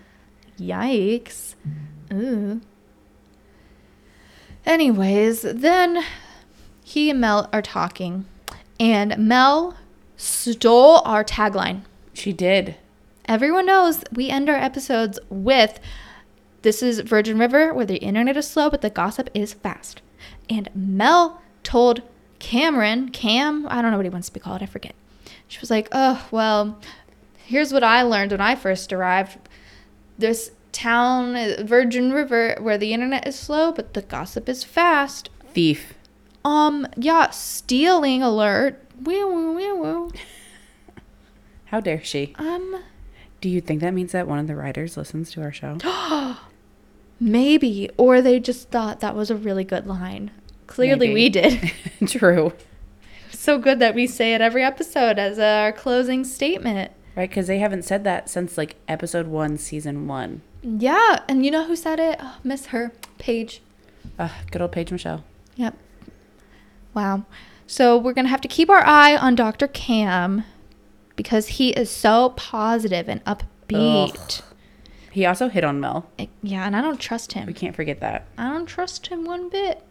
Speaker 1: Yikes. Ooh. Anyways, then he and Mel are talking, and Mel stole our tagline.
Speaker 3: She did.
Speaker 1: Everyone knows we end our episodes with this is Virgin River, where the internet is slow, but the gossip is fast. And Mel told Cameron, Cam, I don't know what he wants to be called, I forget. She was like, oh, well, here's what I learned when I first arrived. This town, uh, Virgin River, where the internet is slow, but the gossip is fast.
Speaker 3: Thief.
Speaker 1: Um, yeah, stealing alert. Woo, woo, woo, woo.
Speaker 3: How dare she?
Speaker 1: Um,
Speaker 3: Do you think that means that one of the writers listens to our show?
Speaker 1: Maybe, or they just thought that was a really good line. Clearly,
Speaker 3: Maybe.
Speaker 1: we did.
Speaker 3: True.
Speaker 1: so good that we say it every episode as our closing statement.
Speaker 3: right? Because they haven't said that since like episode one, season one.
Speaker 1: Yeah, and you know who said it? Oh, miss her, Paige.
Speaker 3: Ugh, good old Paige Michelle.
Speaker 1: Yep. Wow. So we're gonna have to keep our eye on Dr. Cam because he is so positive and upbeat.
Speaker 3: He also hit on Mel.
Speaker 1: It- yeah, and I don't trust
Speaker 3: We
Speaker 1: him.
Speaker 3: can't forget that.
Speaker 1: I don't trust him one bit.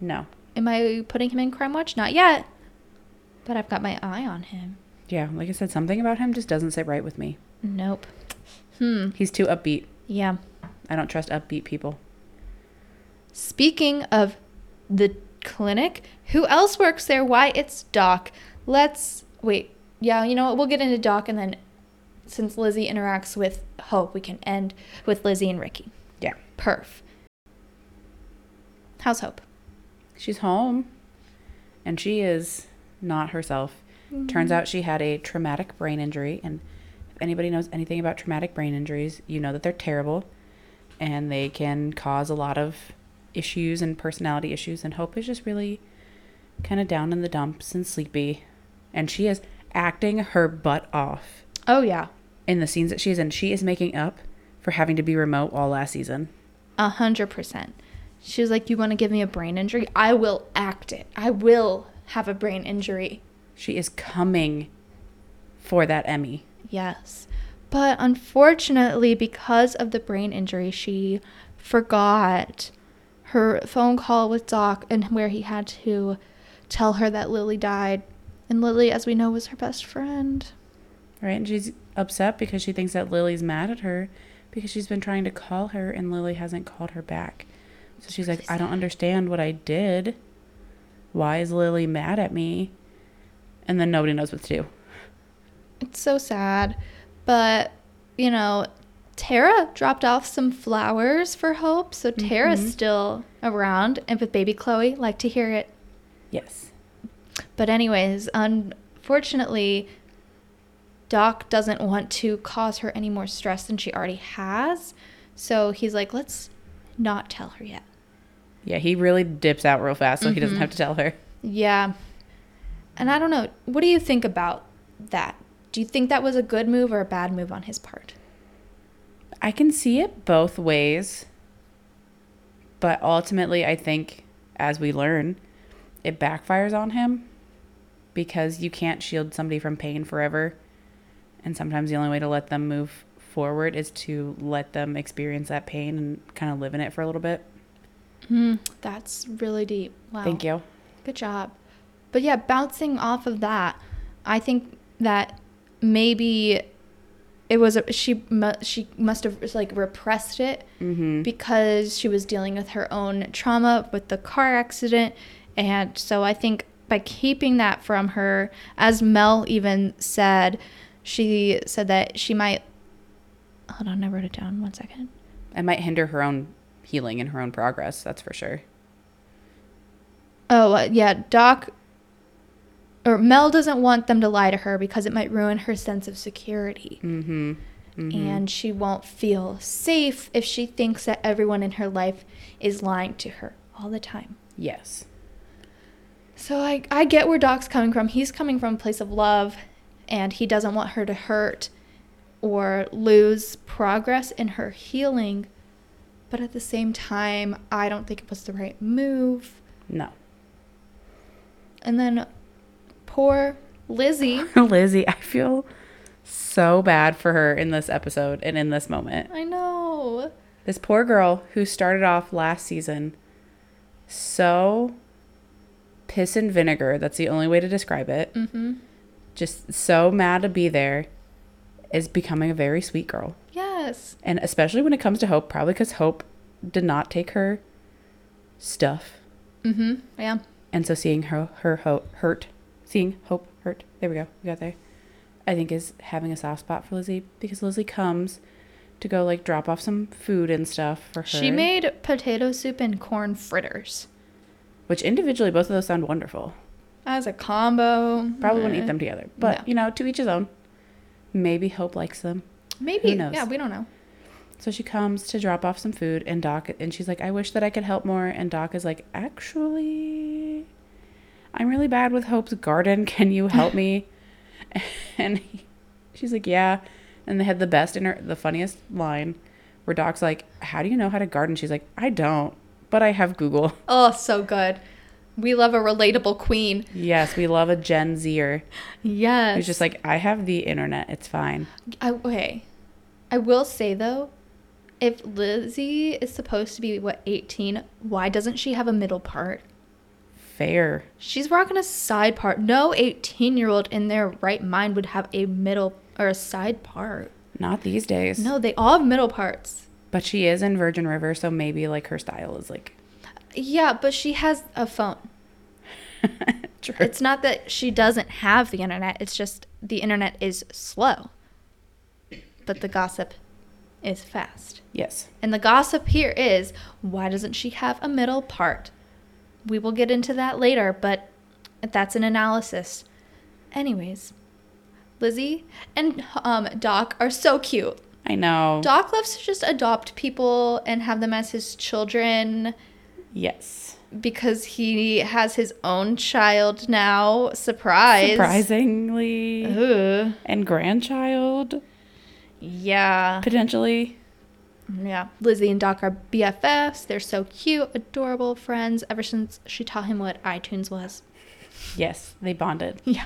Speaker 3: No.
Speaker 1: Am I putting him in Crime Watch? Not yet. But I've got my eye on him.
Speaker 3: Yeah, like I said, something about him just doesn't sit right with me.
Speaker 1: Nope. Hmm.
Speaker 3: He's too upbeat.
Speaker 1: Yeah.
Speaker 3: I don't trust upbeat people.
Speaker 1: Speaking of the clinic, who else works there? Why, it's Doc. Let's wait. Yeah, you know what? We'll get into Doc, and then since Lizzie interacts with Hope, we can end with Lizzie and Ricky.
Speaker 3: Yeah.
Speaker 1: Perf. How's Hope?
Speaker 3: She's home and she is not herself. Turns out she had a traumatic brain injury. And if anybody knows anything about traumatic brain injuries, you know that they're terrible and they can cause a lot of issues and personality issues. And Hope is just really kind of down in the dumps and sleepy. And she is acting her butt off
Speaker 1: Oh, yeah.
Speaker 3: in the scenes that she's in. She is making up for having to be remote all last season.
Speaker 1: A hundred percent. She was like, You want to give me a brain injury? I will act it. I will have a brain injury.
Speaker 3: She is coming for that Emmy.
Speaker 1: Yes. But unfortunately, because of the brain injury, she forgot her phone call with Doc and where he had to tell her that Lily died. And Lily, as we know, was her best friend.
Speaker 3: Right? And she's upset because she thinks that Lily's mad at her because she's been trying to call her and Lily hasn't called her back. So she's like, I don't understand what I did. Why is Lily mad at me? And then nobody knows what to do.
Speaker 1: It's so sad. But, you know, Tara dropped off some flowers for Hope, so Tara's still around. And with baby Chloe, like to hear it.
Speaker 3: Yes.
Speaker 1: But anyways, unfortunately, Doc doesn't want to cause her any more stress than she already has. So he's like, let's not tell her yet.
Speaker 3: Yeah, he really dips out real fast so he doesn't have to tell her.
Speaker 1: Yeah. And I don't know, what do you think about that? Do you think that was a good move or a bad move on his part?
Speaker 3: I can see it both ways. But ultimately, I think as we learn, it backfires on him because you can't shield somebody from pain forever. And sometimes the only way to let them move forward is to let them experience that pain and kind of live in it for a little bit.
Speaker 1: That's really deep. Wow.
Speaker 3: Hmm. Thank you.
Speaker 1: Good job. But yeah, bouncing off of that, I think that maybe it was a, she mu- she must have like repressed it
Speaker 3: Mm-hmm.
Speaker 1: because she was dealing with her own trauma with the car accident and so I think by keeping that from her as Mel even said she said that she might Hold on, I wrote it down. One second.
Speaker 3: It might hinder her own healing and her own progress, that's for sure.
Speaker 1: Oh, uh, yeah, Doc or Mel doesn't want them to lie to her because it might ruin her sense of security. Mm-hmm. And she won't feel safe if she thinks that everyone in her life is lying to her all the time.
Speaker 3: Yes.
Speaker 1: So I, I get where Doc's coming from. He's coming from a place of love, and he doesn't want her to hurt or lose progress in her healing. But at the same time, I don't think it was the right move.
Speaker 3: No.
Speaker 1: And then poor Lizzie.
Speaker 3: Lizzie, I feel so bad for her in this episode and in this moment.
Speaker 1: I know.
Speaker 3: This poor girl who started off last season so piss and vinegar, that's the only way to describe it. Mm-hmm. Just so mad to be there, is becoming a very sweet girl.
Speaker 1: Yes.
Speaker 3: And especially when it comes to Hope, probably because Hope did not take her stuff.
Speaker 1: Mm-hmm. Yeah.
Speaker 3: And so seeing her, her ho- hurt, seeing Hope hurt, there we go, we got there, I think is having a soft spot for Lizzie because Lizzie comes to go like drop off some food and stuff for her.
Speaker 1: She made potato soup and corn fritters
Speaker 3: which individually both of those sound wonderful.
Speaker 1: as a combo.
Speaker 3: Probably
Speaker 1: Mm-hmm.
Speaker 3: wouldn't eat them together, but
Speaker 1: no.
Speaker 3: you know, to each his own. Maybe Hope likes them.
Speaker 1: Maybe.
Speaker 3: Who knows?
Speaker 1: Yeah, we don't know.
Speaker 3: So she comes to drop off some food, and Doc and she's like, "I wish that I could help more." And Doc is like, "Actually, I'm really bad with Hope's garden. Can you help me?" and he, She's like, yeah. And they had the best inter- the funniest line where Doc's like, how do you know how to garden? She's like, I don't, but I have Google.
Speaker 1: Oh, so good. We love a relatable queen.
Speaker 3: Yes, we love a Gen Zer
Speaker 1: Yes.
Speaker 3: who's just like, I have the internet. It's fine.
Speaker 1: I, okay. I will say though, if Lizzie is supposed to be what 18, why doesn't she have a middle part?
Speaker 3: Fair.
Speaker 1: She's rocking a side part. No 18 year old in their right mind would have a middle or a side part.
Speaker 3: Not these days.
Speaker 1: No, they all have middle parts.
Speaker 3: But she is in Virgin River, so maybe like her style is like
Speaker 1: Yeah, but she has a phone.
Speaker 3: true.
Speaker 1: It's not that she doesn't have the internet, it's just the internet is slow. But the gossip is fast.
Speaker 3: yes.
Speaker 1: And the gossip here is why doesn't she have a middle part? We will get into that later, but that's an analysis. Anyways, Lizzie and um, Doc are so cute.
Speaker 3: I know.
Speaker 1: Doc loves to just adopt people and have them as his children
Speaker 3: yes.
Speaker 1: because he has his own child now. Surprise.
Speaker 3: Surprisingly.
Speaker 1: Ugh.
Speaker 3: And grandchild,
Speaker 1: Yeah.
Speaker 3: potentially.
Speaker 1: Yeah. Lizzie and Doc are BFFs. They're so cute, adorable friends ever since she taught him what iTunes was.
Speaker 3: Yes, they bonded.
Speaker 1: Yeah.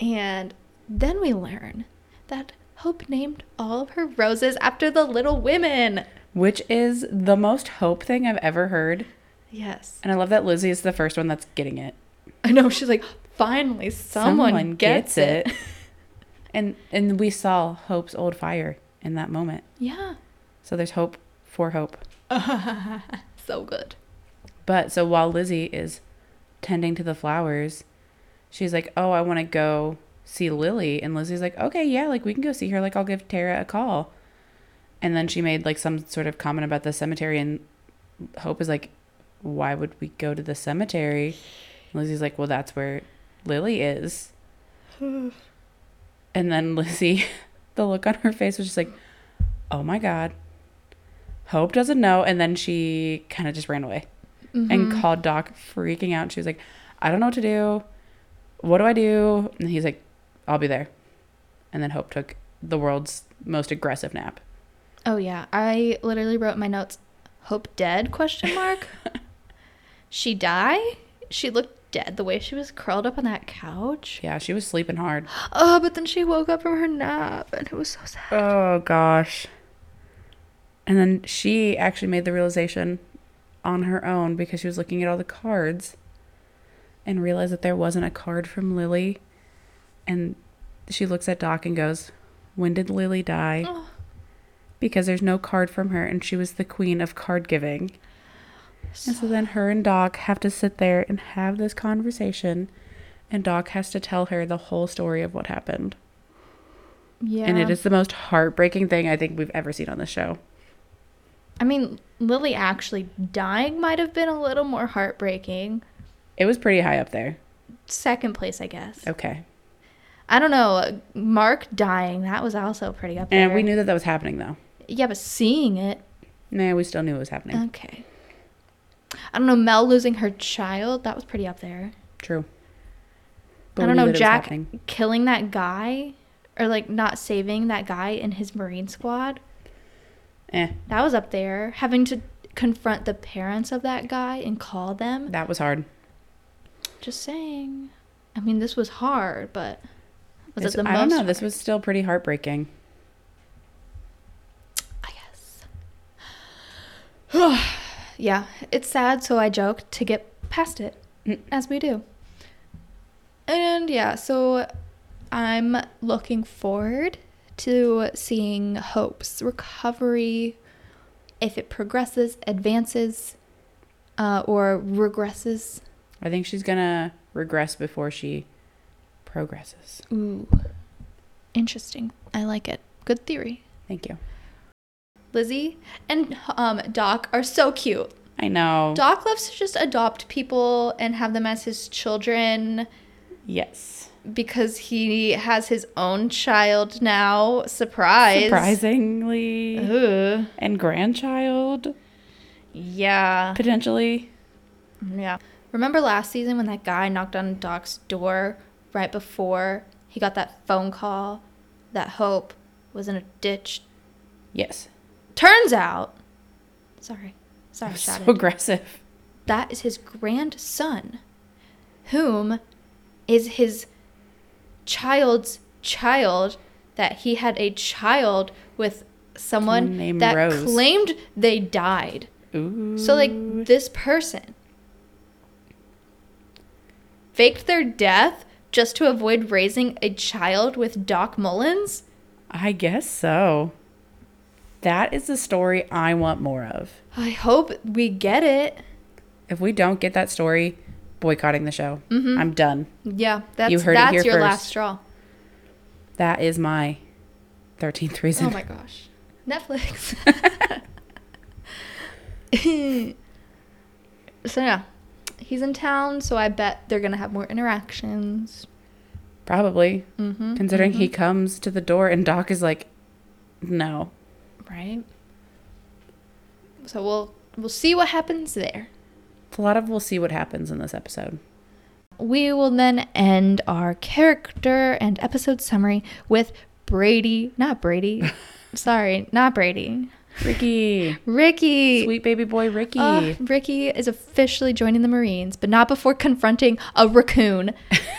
Speaker 1: And then we learn that Hope named all of her roses after the little women.
Speaker 3: Which is the most hope thing I've ever heard.
Speaker 1: Yes.
Speaker 3: And I love that Lizzie is the first one that's getting it.
Speaker 1: I know. She's like, finally, someone, gets, it.
Speaker 3: and and we saw Hope's old fire in that moment.
Speaker 1: Yeah.
Speaker 3: So there's hope for hope.
Speaker 1: So good.
Speaker 3: But so while Lizzie is tending to the flowers, she's like, "Oh, I want to go see Lily." And Lizzie's like, "Okay, yeah, like we can go see her. Like I'll give Tara a call." And then she made like some sort of comment about the cemetery and Hope is like, "Why would we go to the cemetery?" And Lizzie's like, "Well, that's where Lily is." and then Lizzie, the look on her face was just like, "Oh my god." Hope doesn't know and then she kind of just ran away
Speaker 1: Mm-hmm.
Speaker 3: and called Doc freaking out. She was like, I don't know what to do. What do I do? And he's like, I'll be there. And then Hope took the world's most aggressive nap.
Speaker 1: Oh, yeah. I literally wrote in my notes, Hope dead? Question mark. she die? She looked dead the way she was curled up on that couch.
Speaker 3: Yeah, she was sleeping hard.
Speaker 1: Oh, but then she woke up from her nap and it was so sad.
Speaker 3: Oh gosh. And then she actually made the realization on her own because she was looking at all the cards and realized that there wasn't a card from Lily. And she looks at Doc and goes, When did Lily die?
Speaker 1: Oh.
Speaker 3: Because there's no card from her, and she was the queen of card giving. And so then her and Doc have to sit there and have this conversation, and Doc has to tell her the whole story of what happened.
Speaker 1: Yeah.
Speaker 3: And it is the most heartbreaking thing I think we've ever seen on this show.
Speaker 1: I mean, Lily actually dying might have been a little more heartbreaking.
Speaker 3: It was pretty high up there.
Speaker 1: Second place, I guess.
Speaker 3: Okay.
Speaker 1: I don't know. Mark dying, that was also pretty up there.
Speaker 3: And we knew that that was happening though.
Speaker 1: Yeah, but seeing it,
Speaker 3: Nah, we still knew it was happening.
Speaker 1: okay. I don't know. Mel losing her child, that was pretty up there.
Speaker 3: True.
Speaker 1: I
Speaker 3: we
Speaker 1: don't
Speaker 3: knew
Speaker 1: know.
Speaker 3: that it was
Speaker 1: Jack
Speaker 3: happening.
Speaker 1: killing that guy, or like not saving that guy in his Marine squad,
Speaker 3: Eh,
Speaker 1: that was up there. Having to confront the parents of that guy and call them.
Speaker 3: that was hard.
Speaker 1: Just saying. I mean, this was hard, but was
Speaker 3: This-
Speaker 1: it the
Speaker 3: I don't
Speaker 1: most?
Speaker 3: know. This was still pretty heartbreaking.
Speaker 1: I guess. yeah, it's sad, so I joke to get past it,
Speaker 3: Mm.
Speaker 1: as we do. And yeah, so I'm looking forward to seeing Hope's recovery, if it progresses, advances, uh, or regresses.
Speaker 3: I think she's gonna regress before she progresses.
Speaker 1: Ooh, interesting. I like it. Good theory.
Speaker 3: Thank you.
Speaker 1: Lizzie and um, Doc are so cute.
Speaker 3: I know.
Speaker 1: Doc loves to just adopt people and have them as his children
Speaker 3: yes.
Speaker 1: because he has his own child now. Surprise.
Speaker 3: Surprisingly.
Speaker 1: Ugh.
Speaker 3: And grandchild,
Speaker 1: Yeah.
Speaker 3: potentially.
Speaker 1: Yeah. Remember last season when that guy knocked on Doc's door right before he got that phone call that Hope was in a ditch.
Speaker 3: Yes.
Speaker 1: Turns out, sorry, sorry,
Speaker 3: So
Speaker 1: shouted.
Speaker 3: aggressive.
Speaker 1: that is his grandson, whom is his child's child that he had a child with someone
Speaker 3: Named
Speaker 1: that
Speaker 3: Rose.
Speaker 1: claimed they died.
Speaker 3: Ooh.
Speaker 1: So like this person faked their death just to avoid raising a child with Doc Mullins?
Speaker 3: I guess so. That is the story I want more of.
Speaker 1: I hope we get it.
Speaker 3: If we don't get that story, boycotting the show.
Speaker 1: Mm-hmm.
Speaker 3: I'm done.
Speaker 1: Yeah, that's
Speaker 3: heard it
Speaker 1: that's
Speaker 3: here
Speaker 1: your last
Speaker 3: first.
Speaker 1: straw.
Speaker 3: That is my 13th reason.
Speaker 1: Oh my gosh. Netflix. so yeah. He's in town, so I bet they're gonna have more interactions. Mm-hmm,
Speaker 3: Probably. Considering he comes to the door and Doc is like, no.
Speaker 1: Right. mm-hmm. So we'll we'll see what happens there.
Speaker 3: It's a lot of we'll see what happens in this episode.
Speaker 1: We will then end our character and episode summary with Brady not Brady. sorry, not Brady.
Speaker 3: Ricky.
Speaker 1: Ricky. Uh.
Speaker 3: Sweet baby boy Ricky.
Speaker 1: Ugh, Ricky is officially joining the Marines, but not before confronting a raccoon.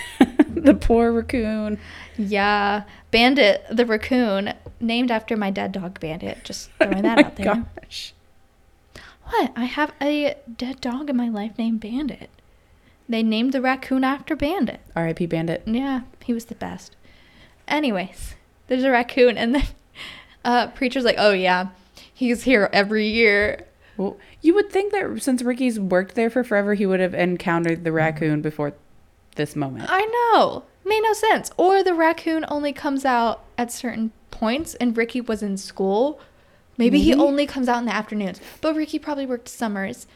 Speaker 3: the poor raccoon.
Speaker 1: Yeah, Bandit the raccoon, named after my dead dog Bandit. Just throwing that
Speaker 3: Oh my
Speaker 1: out there.
Speaker 3: gosh.
Speaker 1: What? I have a dead dog in my life named Bandit. They named the raccoon after Bandit.
Speaker 3: R.I.P. Bandit.
Speaker 1: Yeah, he was the best. Anyways, there's a raccoon, and then uh, preacher's like, "Oh yeah, he's here every year."
Speaker 3: Well, you would think that since Ricky's worked there for forever, he would have encountered the raccoon before this moment.
Speaker 1: I know. Made no sense. Or the raccoon only comes out at certain points and Ricky was in school. Maybe he
Speaker 3: Maybe.
Speaker 1: only comes out in the afternoons. But Ricky probably worked summers.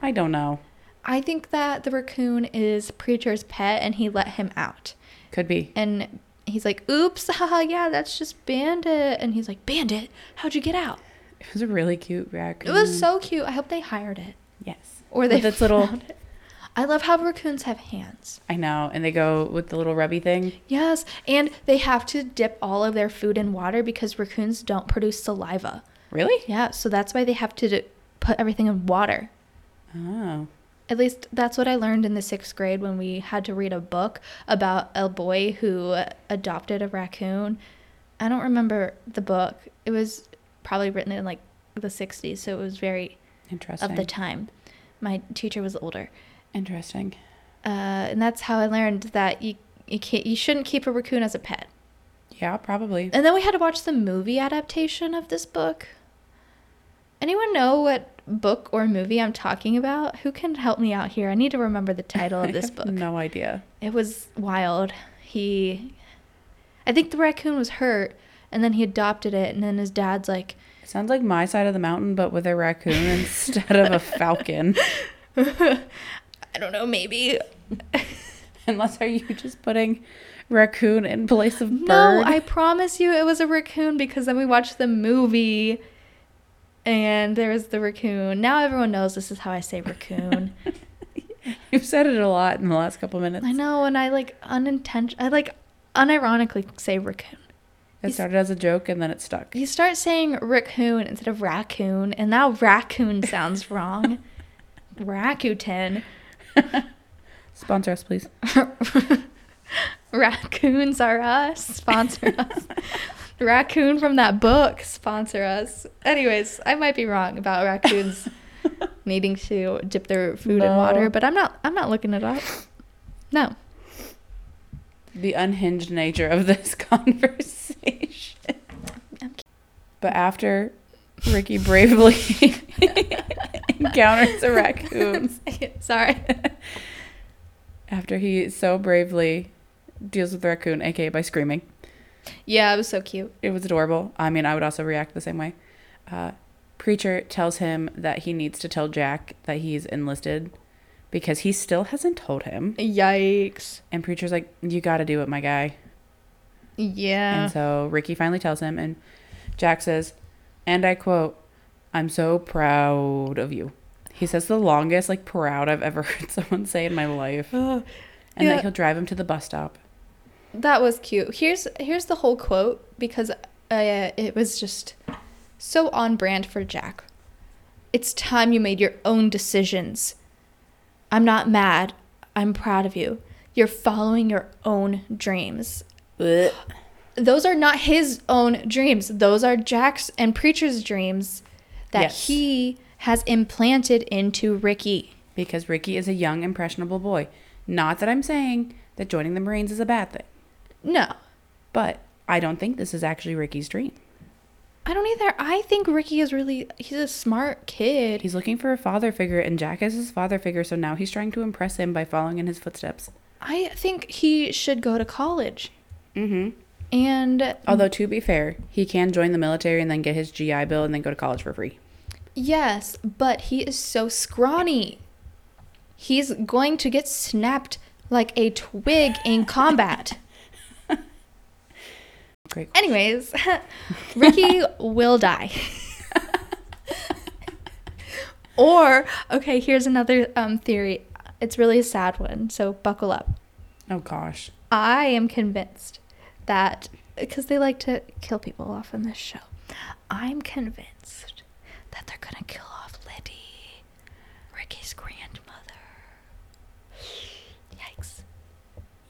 Speaker 3: I don't know.
Speaker 1: I think that the raccoon is Preacher's pet and he let him out.
Speaker 3: Could be.
Speaker 1: And he's like, oops, haha, yeah, that's just Bandit. And he's like, Bandit, how'd you get out?
Speaker 3: It was a really cute raccoon.
Speaker 1: It was so cute. I hope they hired it.
Speaker 3: Yes.
Speaker 1: Or they
Speaker 3: With its little.
Speaker 1: found it. I love how raccoons have hands.
Speaker 3: I know. And they go with the little rubby thing.
Speaker 1: Yes, and they have to dip all of their food in water because raccoons don't produce saliva.
Speaker 3: Really?
Speaker 1: Yeah, so that's why they have to d- put everything in water.
Speaker 3: Oh.
Speaker 1: At least that's what I learned in the sixth grade when we had to read a book about a boy who adopted a raccoon. I don't remember the book. It was probably written in like the 60s, so it was very
Speaker 3: Interesting.
Speaker 1: of the time. My teacher was older.
Speaker 3: Interesting.
Speaker 1: Uh, and that's how I learned that you, you, can't, you shouldn't keep a raccoon as a pet.
Speaker 3: Yeah, probably.
Speaker 1: And then we had to watch the movie adaptation of this book. Anyone know what book or movie I'm talking about? Who can help me out here? I need to remember the title
Speaker 3: I
Speaker 1: of this
Speaker 3: have
Speaker 1: book.
Speaker 3: No idea.
Speaker 1: It was wild. He I think the raccoon was hurt and then he adopted it and then his dad's like
Speaker 3: It sounds like my side of the mountain, but with a raccoon instead of a falcon.
Speaker 1: I don't know, maybe.
Speaker 3: Unless are you just putting raccoon in place of
Speaker 1: No,
Speaker 3: bird?
Speaker 1: I promise you it was a raccoon because then we watched the movie and there was the raccoon. Now everyone knows this is how I say raccoon.
Speaker 3: You've said it a lot in the last couple minutes.
Speaker 1: I know, and I like unintention. I like unironically say raccoon.
Speaker 3: It started as a joke and then it stuck.
Speaker 1: You start saying raccoon instead of raccoon, and now raccoon sounds wrong. Rakuten.
Speaker 3: Sponsor us, please.
Speaker 1: Raccoons are us. Sponsor us. raccoon from that book. Sponsor us. Anyways, I might be wrong about raccoons needing to dip their food in water,
Speaker 3: No.
Speaker 1: but I'm not. I'm not looking it up. No.
Speaker 3: The unhinged nature of this conversation.
Speaker 1: I'm
Speaker 3: But after Ricky bravely encounters a raccoon,
Speaker 1: Sorry.
Speaker 3: after he so bravely deals with the raccoon, aka by screaming,
Speaker 1: Yeah, it was so cute.
Speaker 3: It was adorable. I mean, I would also react the same way. Uh, Preacher tells him that he needs to tell Jack that he's enlisted because he still hasn't told him.
Speaker 1: Yikes.
Speaker 3: And Preacher's like, You got to do it, my guy.
Speaker 1: Yeah. Uh.
Speaker 3: And so Ricky finally tells him, and Jack says, and I quote, I'm so proud of you. He says the longest, like, proud I've ever heard someone say in my life. and
Speaker 1: yeah.
Speaker 3: that he'll drive him to the bus stop.
Speaker 1: that was cute. Here's here's the whole quote because uh, it was just so on brand for Jack. It's time you made your own decisions. I'm not mad. I'm proud of you. You're following your own dreams. Those are not his own dreams. Those are Jack's and Preacher's dreams that
Speaker 3: Yes.
Speaker 1: he has implanted into Ricky.
Speaker 3: Because Ricky is a young, impressionable boy. Not that I'm saying that joining the Marines is a bad thing,
Speaker 1: No,
Speaker 3: but I don't think this is actually Ricky's dream.
Speaker 1: I don't either. I think Ricky is really he's a smart kid.
Speaker 3: He's looking for a father figure, and Jack is his father figure, so now he's trying to impress him by following in his footsteps.
Speaker 1: I think he should go to college.
Speaker 3: Mm hmm.
Speaker 1: And
Speaker 3: Although, to be fair, he can join the military and then get his GI Bill and then go to college for free.
Speaker 1: yes, but he is so scrawny. He's going to get snapped like a twig in combat.
Speaker 3: Great.
Speaker 1: Anyways, Ricky will die. or, okay, here's another um, theory. It's really a sad one, so buckle up.
Speaker 3: Oh, gosh.
Speaker 1: I am convinced that because they like to kill people off in this show, I'm convinced that they're gonna kill off Liddy, Ricky's grandmother. Yikes!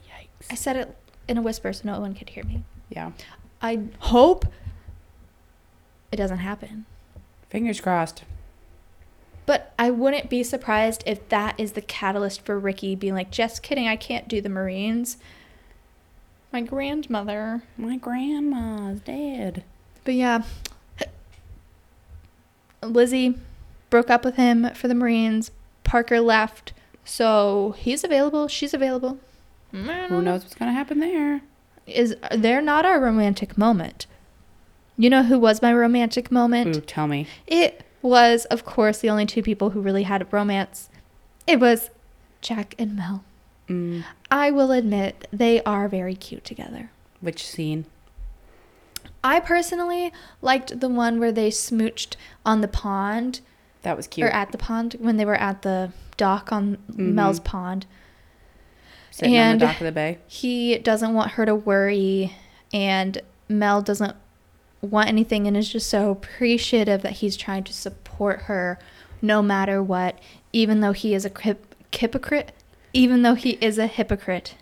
Speaker 1: I
Speaker 3: Yikes.
Speaker 1: said it in a whisper so no one could hear me.
Speaker 3: Yeah.
Speaker 1: I hope it doesn't happen,
Speaker 3: Fingers crossed.
Speaker 1: but I wouldn't be surprised if that is the catalyst for Ricky being like, "Just kidding, I can't do the Marines." My grandmother.
Speaker 3: My grandma's dead.
Speaker 1: But yeah, Lizzie broke up with him for the Marines. Parker left, so he's available. She's available.
Speaker 3: Who knows what's going to happen there?
Speaker 1: Is they're not our romantic moment. You know who was my romantic moment?
Speaker 3: Ooh, tell me.
Speaker 1: It was, of course, the only two people who really had romance. It was Jack and Mel.
Speaker 3: Mm,
Speaker 1: I will admit they are very cute together.
Speaker 3: which scene?
Speaker 1: I personally liked the one where they smooched on the pond
Speaker 3: That was cute.
Speaker 1: or at the pond when they were at the dock on Mel's pond.
Speaker 3: Sitting on
Speaker 1: and-
Speaker 3: the dock of the bay.
Speaker 1: He doesn't want her to worry, and Mel doesn't want anything and is just so appreciative that he's trying to support her no matter what, even though he is a hip- hypocrite, even though he is a hypocrite.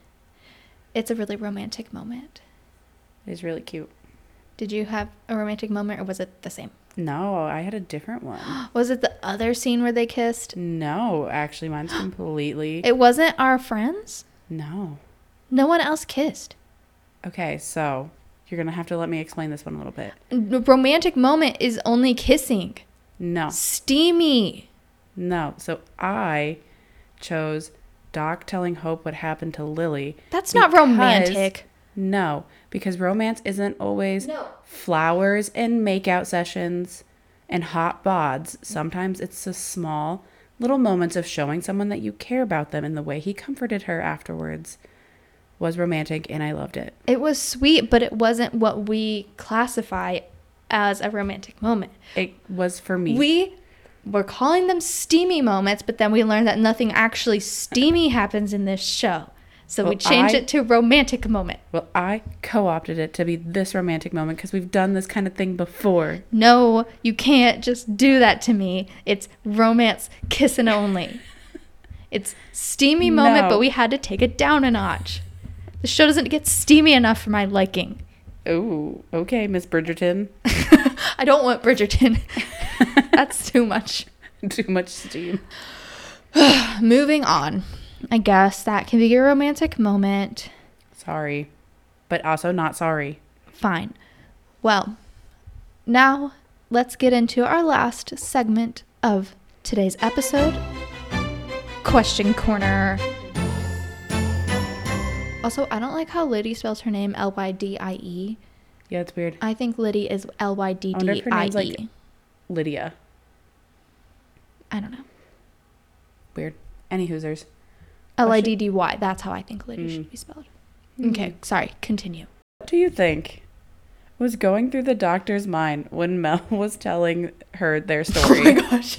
Speaker 1: It's a really romantic moment.
Speaker 3: It's really cute.
Speaker 1: Did you have a romantic moment or was it the same?
Speaker 3: No, I had a different one.
Speaker 1: Was it the other scene where they kissed?
Speaker 3: No, actually, mine's completely.
Speaker 1: It wasn't our friends.
Speaker 3: No.
Speaker 1: No one else kissed.
Speaker 3: Okay, so you're going to have to let me explain this one a little bit.
Speaker 1: The romantic moment is only kissing. Ah.
Speaker 3: No,
Speaker 1: Steamy.
Speaker 3: no. So I chose Doc telling Hope what happened to Lily.
Speaker 1: That's not
Speaker 3: because-
Speaker 1: romantic.
Speaker 3: No, because romance isn't always
Speaker 1: No.
Speaker 3: flowers and makeout sessions and hot bods. Sometimes it's the small little moments of showing someone that you care about them and the way he comforted her afterwards was romantic and I loved it.
Speaker 1: It was sweet, but it wasn't what we classify as a romantic moment.
Speaker 3: It was for me.
Speaker 1: We were calling them steamy moments, but then we learned that nothing actually steamy happens in this show. So we
Speaker 3: Well,
Speaker 1: changed
Speaker 3: I-
Speaker 1: it to romantic moment.
Speaker 3: well, I co-opted it to be this romantic moment because we've done this kind of thing before.
Speaker 1: No, you can't just do that to me. It's romance kissing only. it's steamy moment,
Speaker 3: No.
Speaker 1: but we had to take it down a notch. The show doesn't get steamy enough for my liking.
Speaker 3: Oh, okay, Miss Bridgerton.
Speaker 1: I don't want Bridgerton. That's too much.
Speaker 3: Too much steam.
Speaker 1: Moving on. I guess that can be your romantic moment.
Speaker 3: Sorry, but also not sorry.
Speaker 1: Fine. Well, now let's get into our last segment of today's episode Question Corner. Also, I don't like how Liddy spells her name L Y D I E.
Speaker 3: Yeah, it's weird.
Speaker 1: I think Liddy is L Y D
Speaker 3: I wonder
Speaker 1: D
Speaker 3: if her
Speaker 1: I
Speaker 3: name's, like-
Speaker 1: E.
Speaker 3: Lydia.
Speaker 1: I don't know.
Speaker 3: Weird. Any hoosers.
Speaker 1: L I D D Y. That's how I think Liddy
Speaker 3: Mm.
Speaker 1: should be spelled.
Speaker 3: Hmm.
Speaker 1: Okay, sorry. Continue.
Speaker 3: What do you think was going through the doctor's mind Oh when Mel was telling her their story?
Speaker 1: gosh.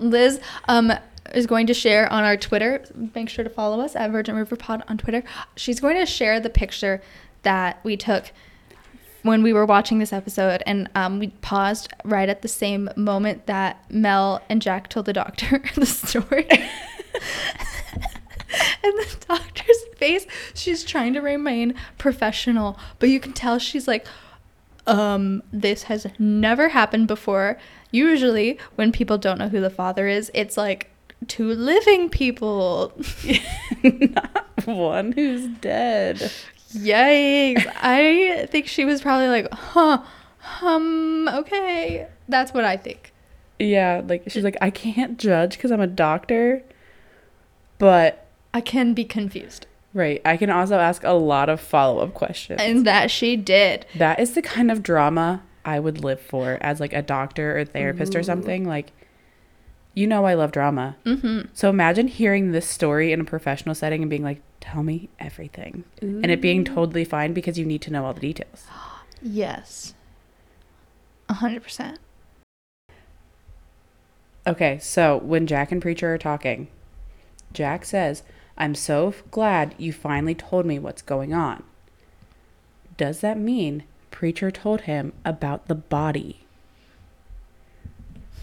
Speaker 1: Oh Liz um is going to share on our Twitter. Make sure to follow us at Virgin River Pod on Twitter. She's going to share the picture that we took when we were watching this episode, and um, we paused right at the same moment that Mel and Jack told the doctor the story. and the doctor's face, she's trying to remain professional, but you can tell she's like, um, this has never happened before. Usually, when people don't know who the father is, it's like two living people.
Speaker 3: Not one who's dead.
Speaker 1: Yikes. I think she was probably like, huh, um, okay. That's what I think.
Speaker 3: Yeah, like she's like, I can't judge because I'm a doctor, but
Speaker 1: I can be confused.
Speaker 3: right, I can also ask a lot of follow up questions.
Speaker 1: And that she did.
Speaker 3: that is the kind of drama I would live for as like a doctor or therapist or something. Like, you know, I love drama. Mm-hmm. So imagine hearing this story in a professional setting and being like, tell me everything. And it
Speaker 1: Mm.
Speaker 3: being totally fine because you need to know all the details.
Speaker 1: Yes. 100%.
Speaker 3: Okay, so when Jack and Preacher are talking, Jack says, I'm so f- glad you finally told me what's going on. Does that mean Preacher told him about the body?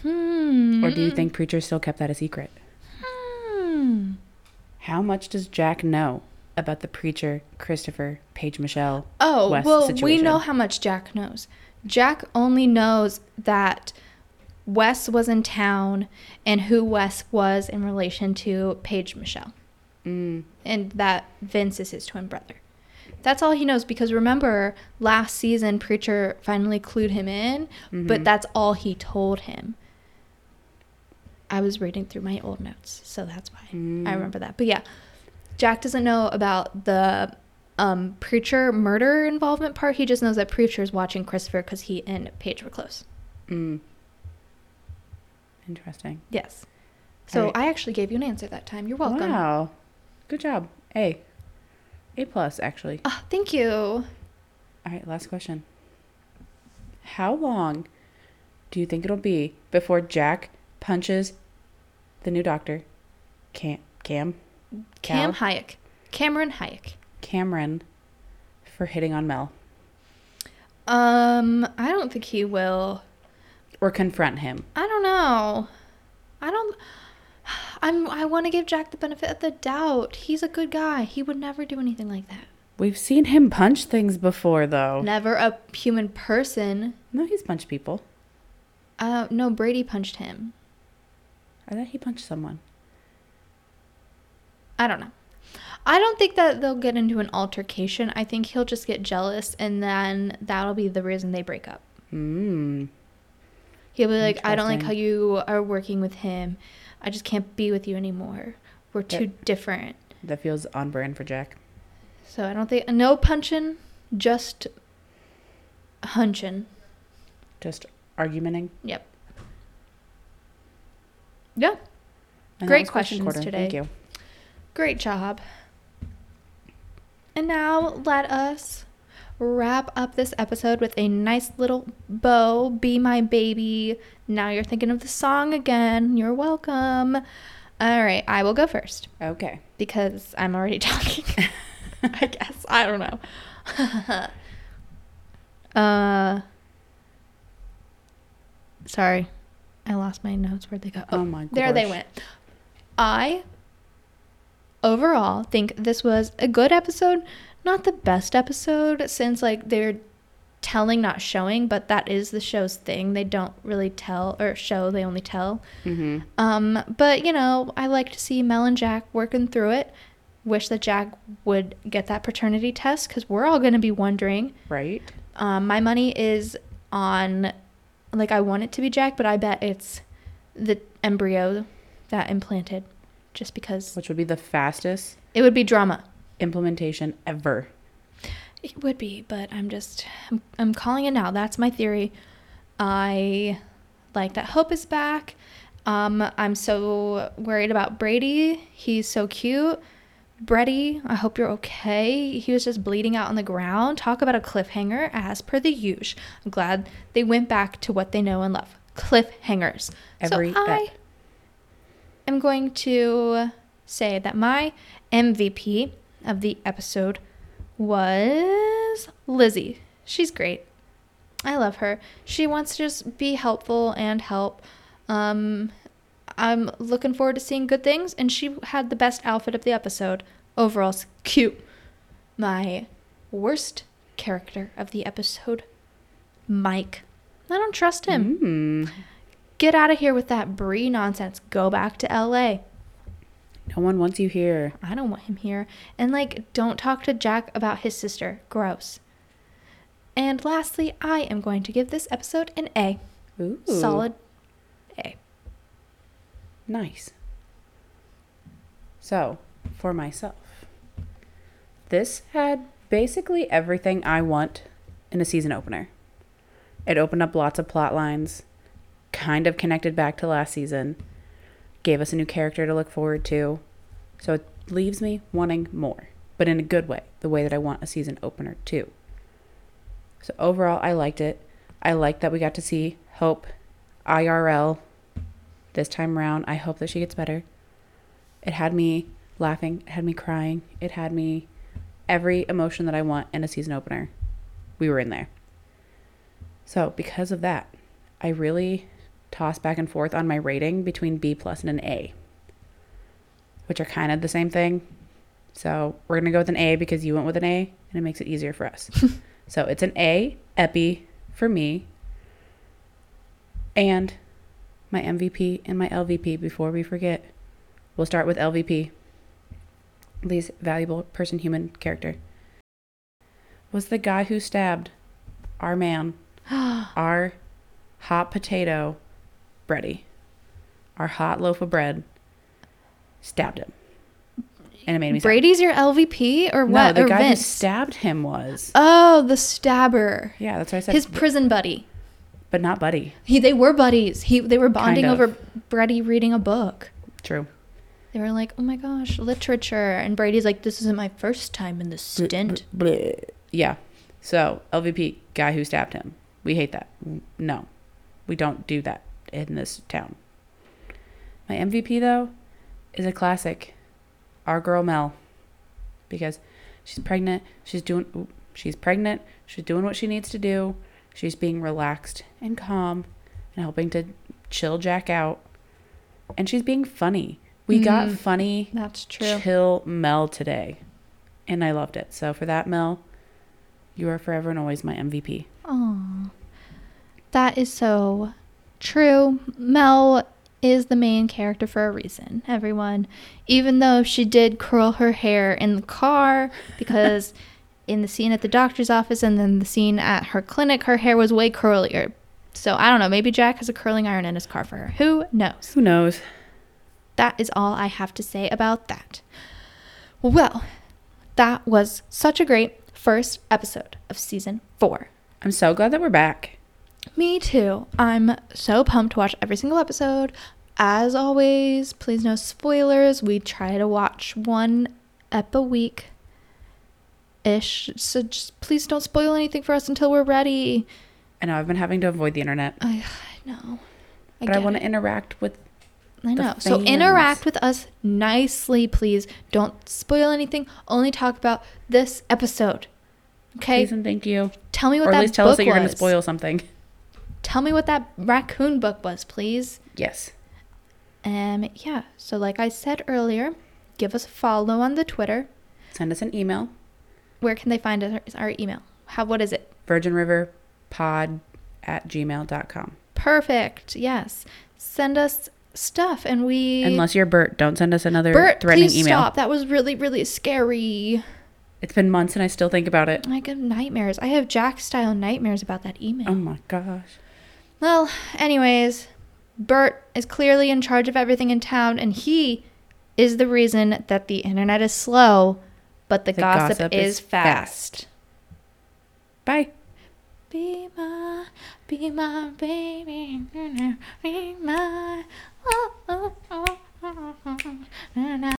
Speaker 1: Hmm.
Speaker 3: Or do you think
Speaker 1: Mm.
Speaker 3: Preacher still kept that a secret?
Speaker 1: Hmm.
Speaker 3: How much does Jack know about the Preacher, Christopher, Paige Michelle?
Speaker 1: Oh,
Speaker 3: West
Speaker 1: well, we
Speaker 3: situation.
Speaker 1: know how much Jack knows. Jack only knows that Wes was in town and who Wes was in relation to Paige Michelle.
Speaker 3: Mm.
Speaker 1: and that Vince is his twin brother. That's all he knows because remember last season Preacher finally clued him in,
Speaker 3: Mm-hmm.
Speaker 1: but that's all he told him. I was reading through my old notes, so that's why
Speaker 3: Mm.
Speaker 1: I remember that. But yeah, Jack doesn't know about the um, Preacher murder involvement part. He just knows that Preacher's watching Christopher because he and Paige were close.
Speaker 3: Mm. Interesting.
Speaker 1: Yes. So
Speaker 3: Alright.
Speaker 1: I actually gave you an answer that time. You're welcome.
Speaker 3: Wow. Good job. A. A plus, actually.
Speaker 1: Ah, thank you.
Speaker 3: All right, last question. How long do you think it'll be before Jack punches the new doctor, Cam, Cam,
Speaker 1: Cam
Speaker 3: Cal-
Speaker 1: Hayek. Cameron Hayek.
Speaker 3: Cameron, for hitting on Mel
Speaker 1: Um, I don't think he will.
Speaker 3: or confront him?
Speaker 1: I don't know. I don't. I'm. I want to give Jack the benefit of the doubt. He's a good guy. He would never do anything like that.
Speaker 3: We've seen him punch things before, though. No,
Speaker 1: Never a human person.
Speaker 3: he's punched people.
Speaker 1: Uh, no. Brady punched him.
Speaker 3: I thought he punched someone.
Speaker 1: I don't know. I don't think that they'll get into an altercation. I think he'll just get jealous, and then that'll be the reason they break up.
Speaker 3: Mm.
Speaker 1: He'll be like, "I don't like how
Speaker 3: Interesting.
Speaker 1: you are working with him. I just can't be with you anymore. We're too different."
Speaker 3: That feels on brand for Jack.
Speaker 1: So I don't think no punching, just hunching.
Speaker 3: Just argumenting.
Speaker 1: Yep. Yeah.
Speaker 3: And that
Speaker 1: Great
Speaker 3: was
Speaker 1: questions
Speaker 3: question quarter.
Speaker 1: today.
Speaker 3: Thank you.
Speaker 1: Great job. And now let us wrap up this episode with a nice little bow. Be my baby. Now you're thinking of the song again. You're welcome. All right, I will go first
Speaker 3: Okay.
Speaker 1: because I'm already talking. I guess I don't know. uh, sorry, I lost my notes. Where'd they go?
Speaker 3: Oh my
Speaker 1: there they
Speaker 3: gosh.
Speaker 1: went. I overall think this was a good episode, not the best episode since like they're telling not showing, but that is the show's thing. They don't really tell or show; they only tell.
Speaker 3: Mm-hmm.
Speaker 1: Um, but you know, I like to see Mel and Jack working through it. Wish that Jack would get that paternity test because we're all going to be wondering.
Speaker 3: Right?
Speaker 1: Um, my money is on, like, I want it to be Jack, but I bet it's the embryo that implanted, just because
Speaker 3: Which would be the fastest
Speaker 1: it would be drama.
Speaker 3: implementation ever.
Speaker 1: It would be, but I'm just I'm, I'm calling it now. That's my theory. I like that Hope is back. Um, I'm so worried about Brady. He's so cute. Brady, I hope you're okay. He was just bleeding out on the ground. Talk about a cliffhanger as per the usual. I'm glad they went back to what they know and love. Cliffhangers.
Speaker 3: Every
Speaker 1: so I
Speaker 3: ep.
Speaker 1: am going to say that my MVP of the episode was Lizzie. She's great. I love her. She wants to just be helpful and help. Um, I'm looking forward to seeing good things, and she had the best outfit of the episode. Overall, s- cute. My worst character of the episode, Mike. I don't trust him.
Speaker 3: Mm.
Speaker 1: Get out of here with that Brie nonsense. Go back to LA.
Speaker 3: No one wants you here.
Speaker 1: I don't want him here. And like, don't talk to Jack about his sister. Gross. And lastly, I am going to give this episode an A.
Speaker 3: Ooh,
Speaker 1: Solid A.
Speaker 3: Nice. So, for myself, this had basically everything I want in a season opener. It opened up lots of plot lines, kind of connected back to last season, gave us a new character to look forward to. So, it leaves me wanting more, but in a good way, the way that I want a season opener too. So, overall, I liked it. I liked that we got to see Hope IRL this time around. I hope that she gets better. It had me laughing, it had me crying, it had me every emotion that I want in a season opener. We were in there. So, because of that, I really toss back and forth on my rating between B plus and an A, which are kind of the same thing. So, we're going to go with an A because you went with an A and it makes it easier for us. so, it's an A, Epi, for me. And my MVP and my LVP before we forget. We'll start with LVP. Least valuable person human character was the guy who stabbed our man, our hot potato, Bready, our hot loaf of bread. Stabbed him, and it made me sad.
Speaker 1: Brady's your LVP or
Speaker 3: No,
Speaker 1: what?
Speaker 3: the
Speaker 1: or
Speaker 3: guy who
Speaker 1: Vince?
Speaker 3: stabbed him was.
Speaker 1: oh, the stabber.
Speaker 3: Yeah, that's what I said.
Speaker 1: His prison buddy.
Speaker 3: but not Buddy.
Speaker 1: He they were buddies. He they were bonding
Speaker 3: Kind of.
Speaker 1: over Brady reading a book.
Speaker 3: True.
Speaker 1: They were like, "Oh my gosh, literature." And Brady's like, "This isn't my first time in this
Speaker 3: Mm,
Speaker 1: stint."
Speaker 3: Yeah. So LVP guy who stabbed him. We hate that. No, we don't do that in this town. My MVP though is a classic. Our girl Mel, because she's pregnant. She's doing. oop, She's pregnant. She's doing what she needs to do. She's being relaxed and calm, and helping to chill Jack out. And she's being funny. We got
Speaker 1: Mhm.
Speaker 3: funny
Speaker 1: That's true.
Speaker 3: chill Mel today. And I loved it. So for that, Mel, you are forever and always my MVP.
Speaker 1: Aw. That is so true. Mel is the main character for a reason, everyone. Even though she did curl her hair in the car, because in the scene at the doctor's office and then the scene at her clinic, her hair was way curlier. So I don't know. Maybe Jack has a curling iron in his car for her. Who knows?
Speaker 3: Who knows?
Speaker 1: that is all I have to say about that. Well, that was such a great first episode of season four.
Speaker 3: I'm so glad that we're back.
Speaker 1: Me too. I'm so pumped to watch every single episode. As always, please no spoilers. We try to watch one ep a week ish. So just please don't spoil anything for us until we're ready.
Speaker 3: I know I've been having to avoid the internet,
Speaker 1: I, I know.
Speaker 3: but I,
Speaker 1: get
Speaker 3: want
Speaker 1: it.
Speaker 3: to interact with.
Speaker 1: I
Speaker 3: the
Speaker 1: know. So
Speaker 3: fans.
Speaker 1: interact with us nicely, please. Don't spoil anything. Only talk about this episode. Okay.
Speaker 3: Please and thank you.
Speaker 1: Tell me what
Speaker 3: Or at
Speaker 1: that
Speaker 3: least tell us
Speaker 1: book
Speaker 3: that you're going
Speaker 1: was.
Speaker 3: to spoil something.
Speaker 1: Tell me what that raccoon book was, please.
Speaker 3: Yes.
Speaker 1: Um. Yeah. So like I said earlier, give us a follow on the Twitter.
Speaker 3: Send us an email.
Speaker 1: Where can they find us? Our email. How? What is it?
Speaker 3: Virgin River Pod at gmail.com.
Speaker 1: Perfect. Yes. Send us stuff, and we.
Speaker 3: Unless you're Bert, don't send us another
Speaker 1: Bert,
Speaker 3: threatening
Speaker 1: please
Speaker 3: email.
Speaker 1: stop. That was really, really scary.
Speaker 3: It's been months and I still think about it.
Speaker 1: I have nightmares. I have Jack style nightmares about that email.
Speaker 3: Oh my gosh.
Speaker 1: Well, anyways, Bert is clearly in charge of everything in town, and he is the reason that the internet is slow, but the,
Speaker 3: The
Speaker 1: gossip,
Speaker 3: gossip
Speaker 1: is,
Speaker 3: is
Speaker 1: fast.
Speaker 3: Bye.
Speaker 1: Be my, be my baby, be my. oh, oh, oh, oh, oh, oh, oh, oh.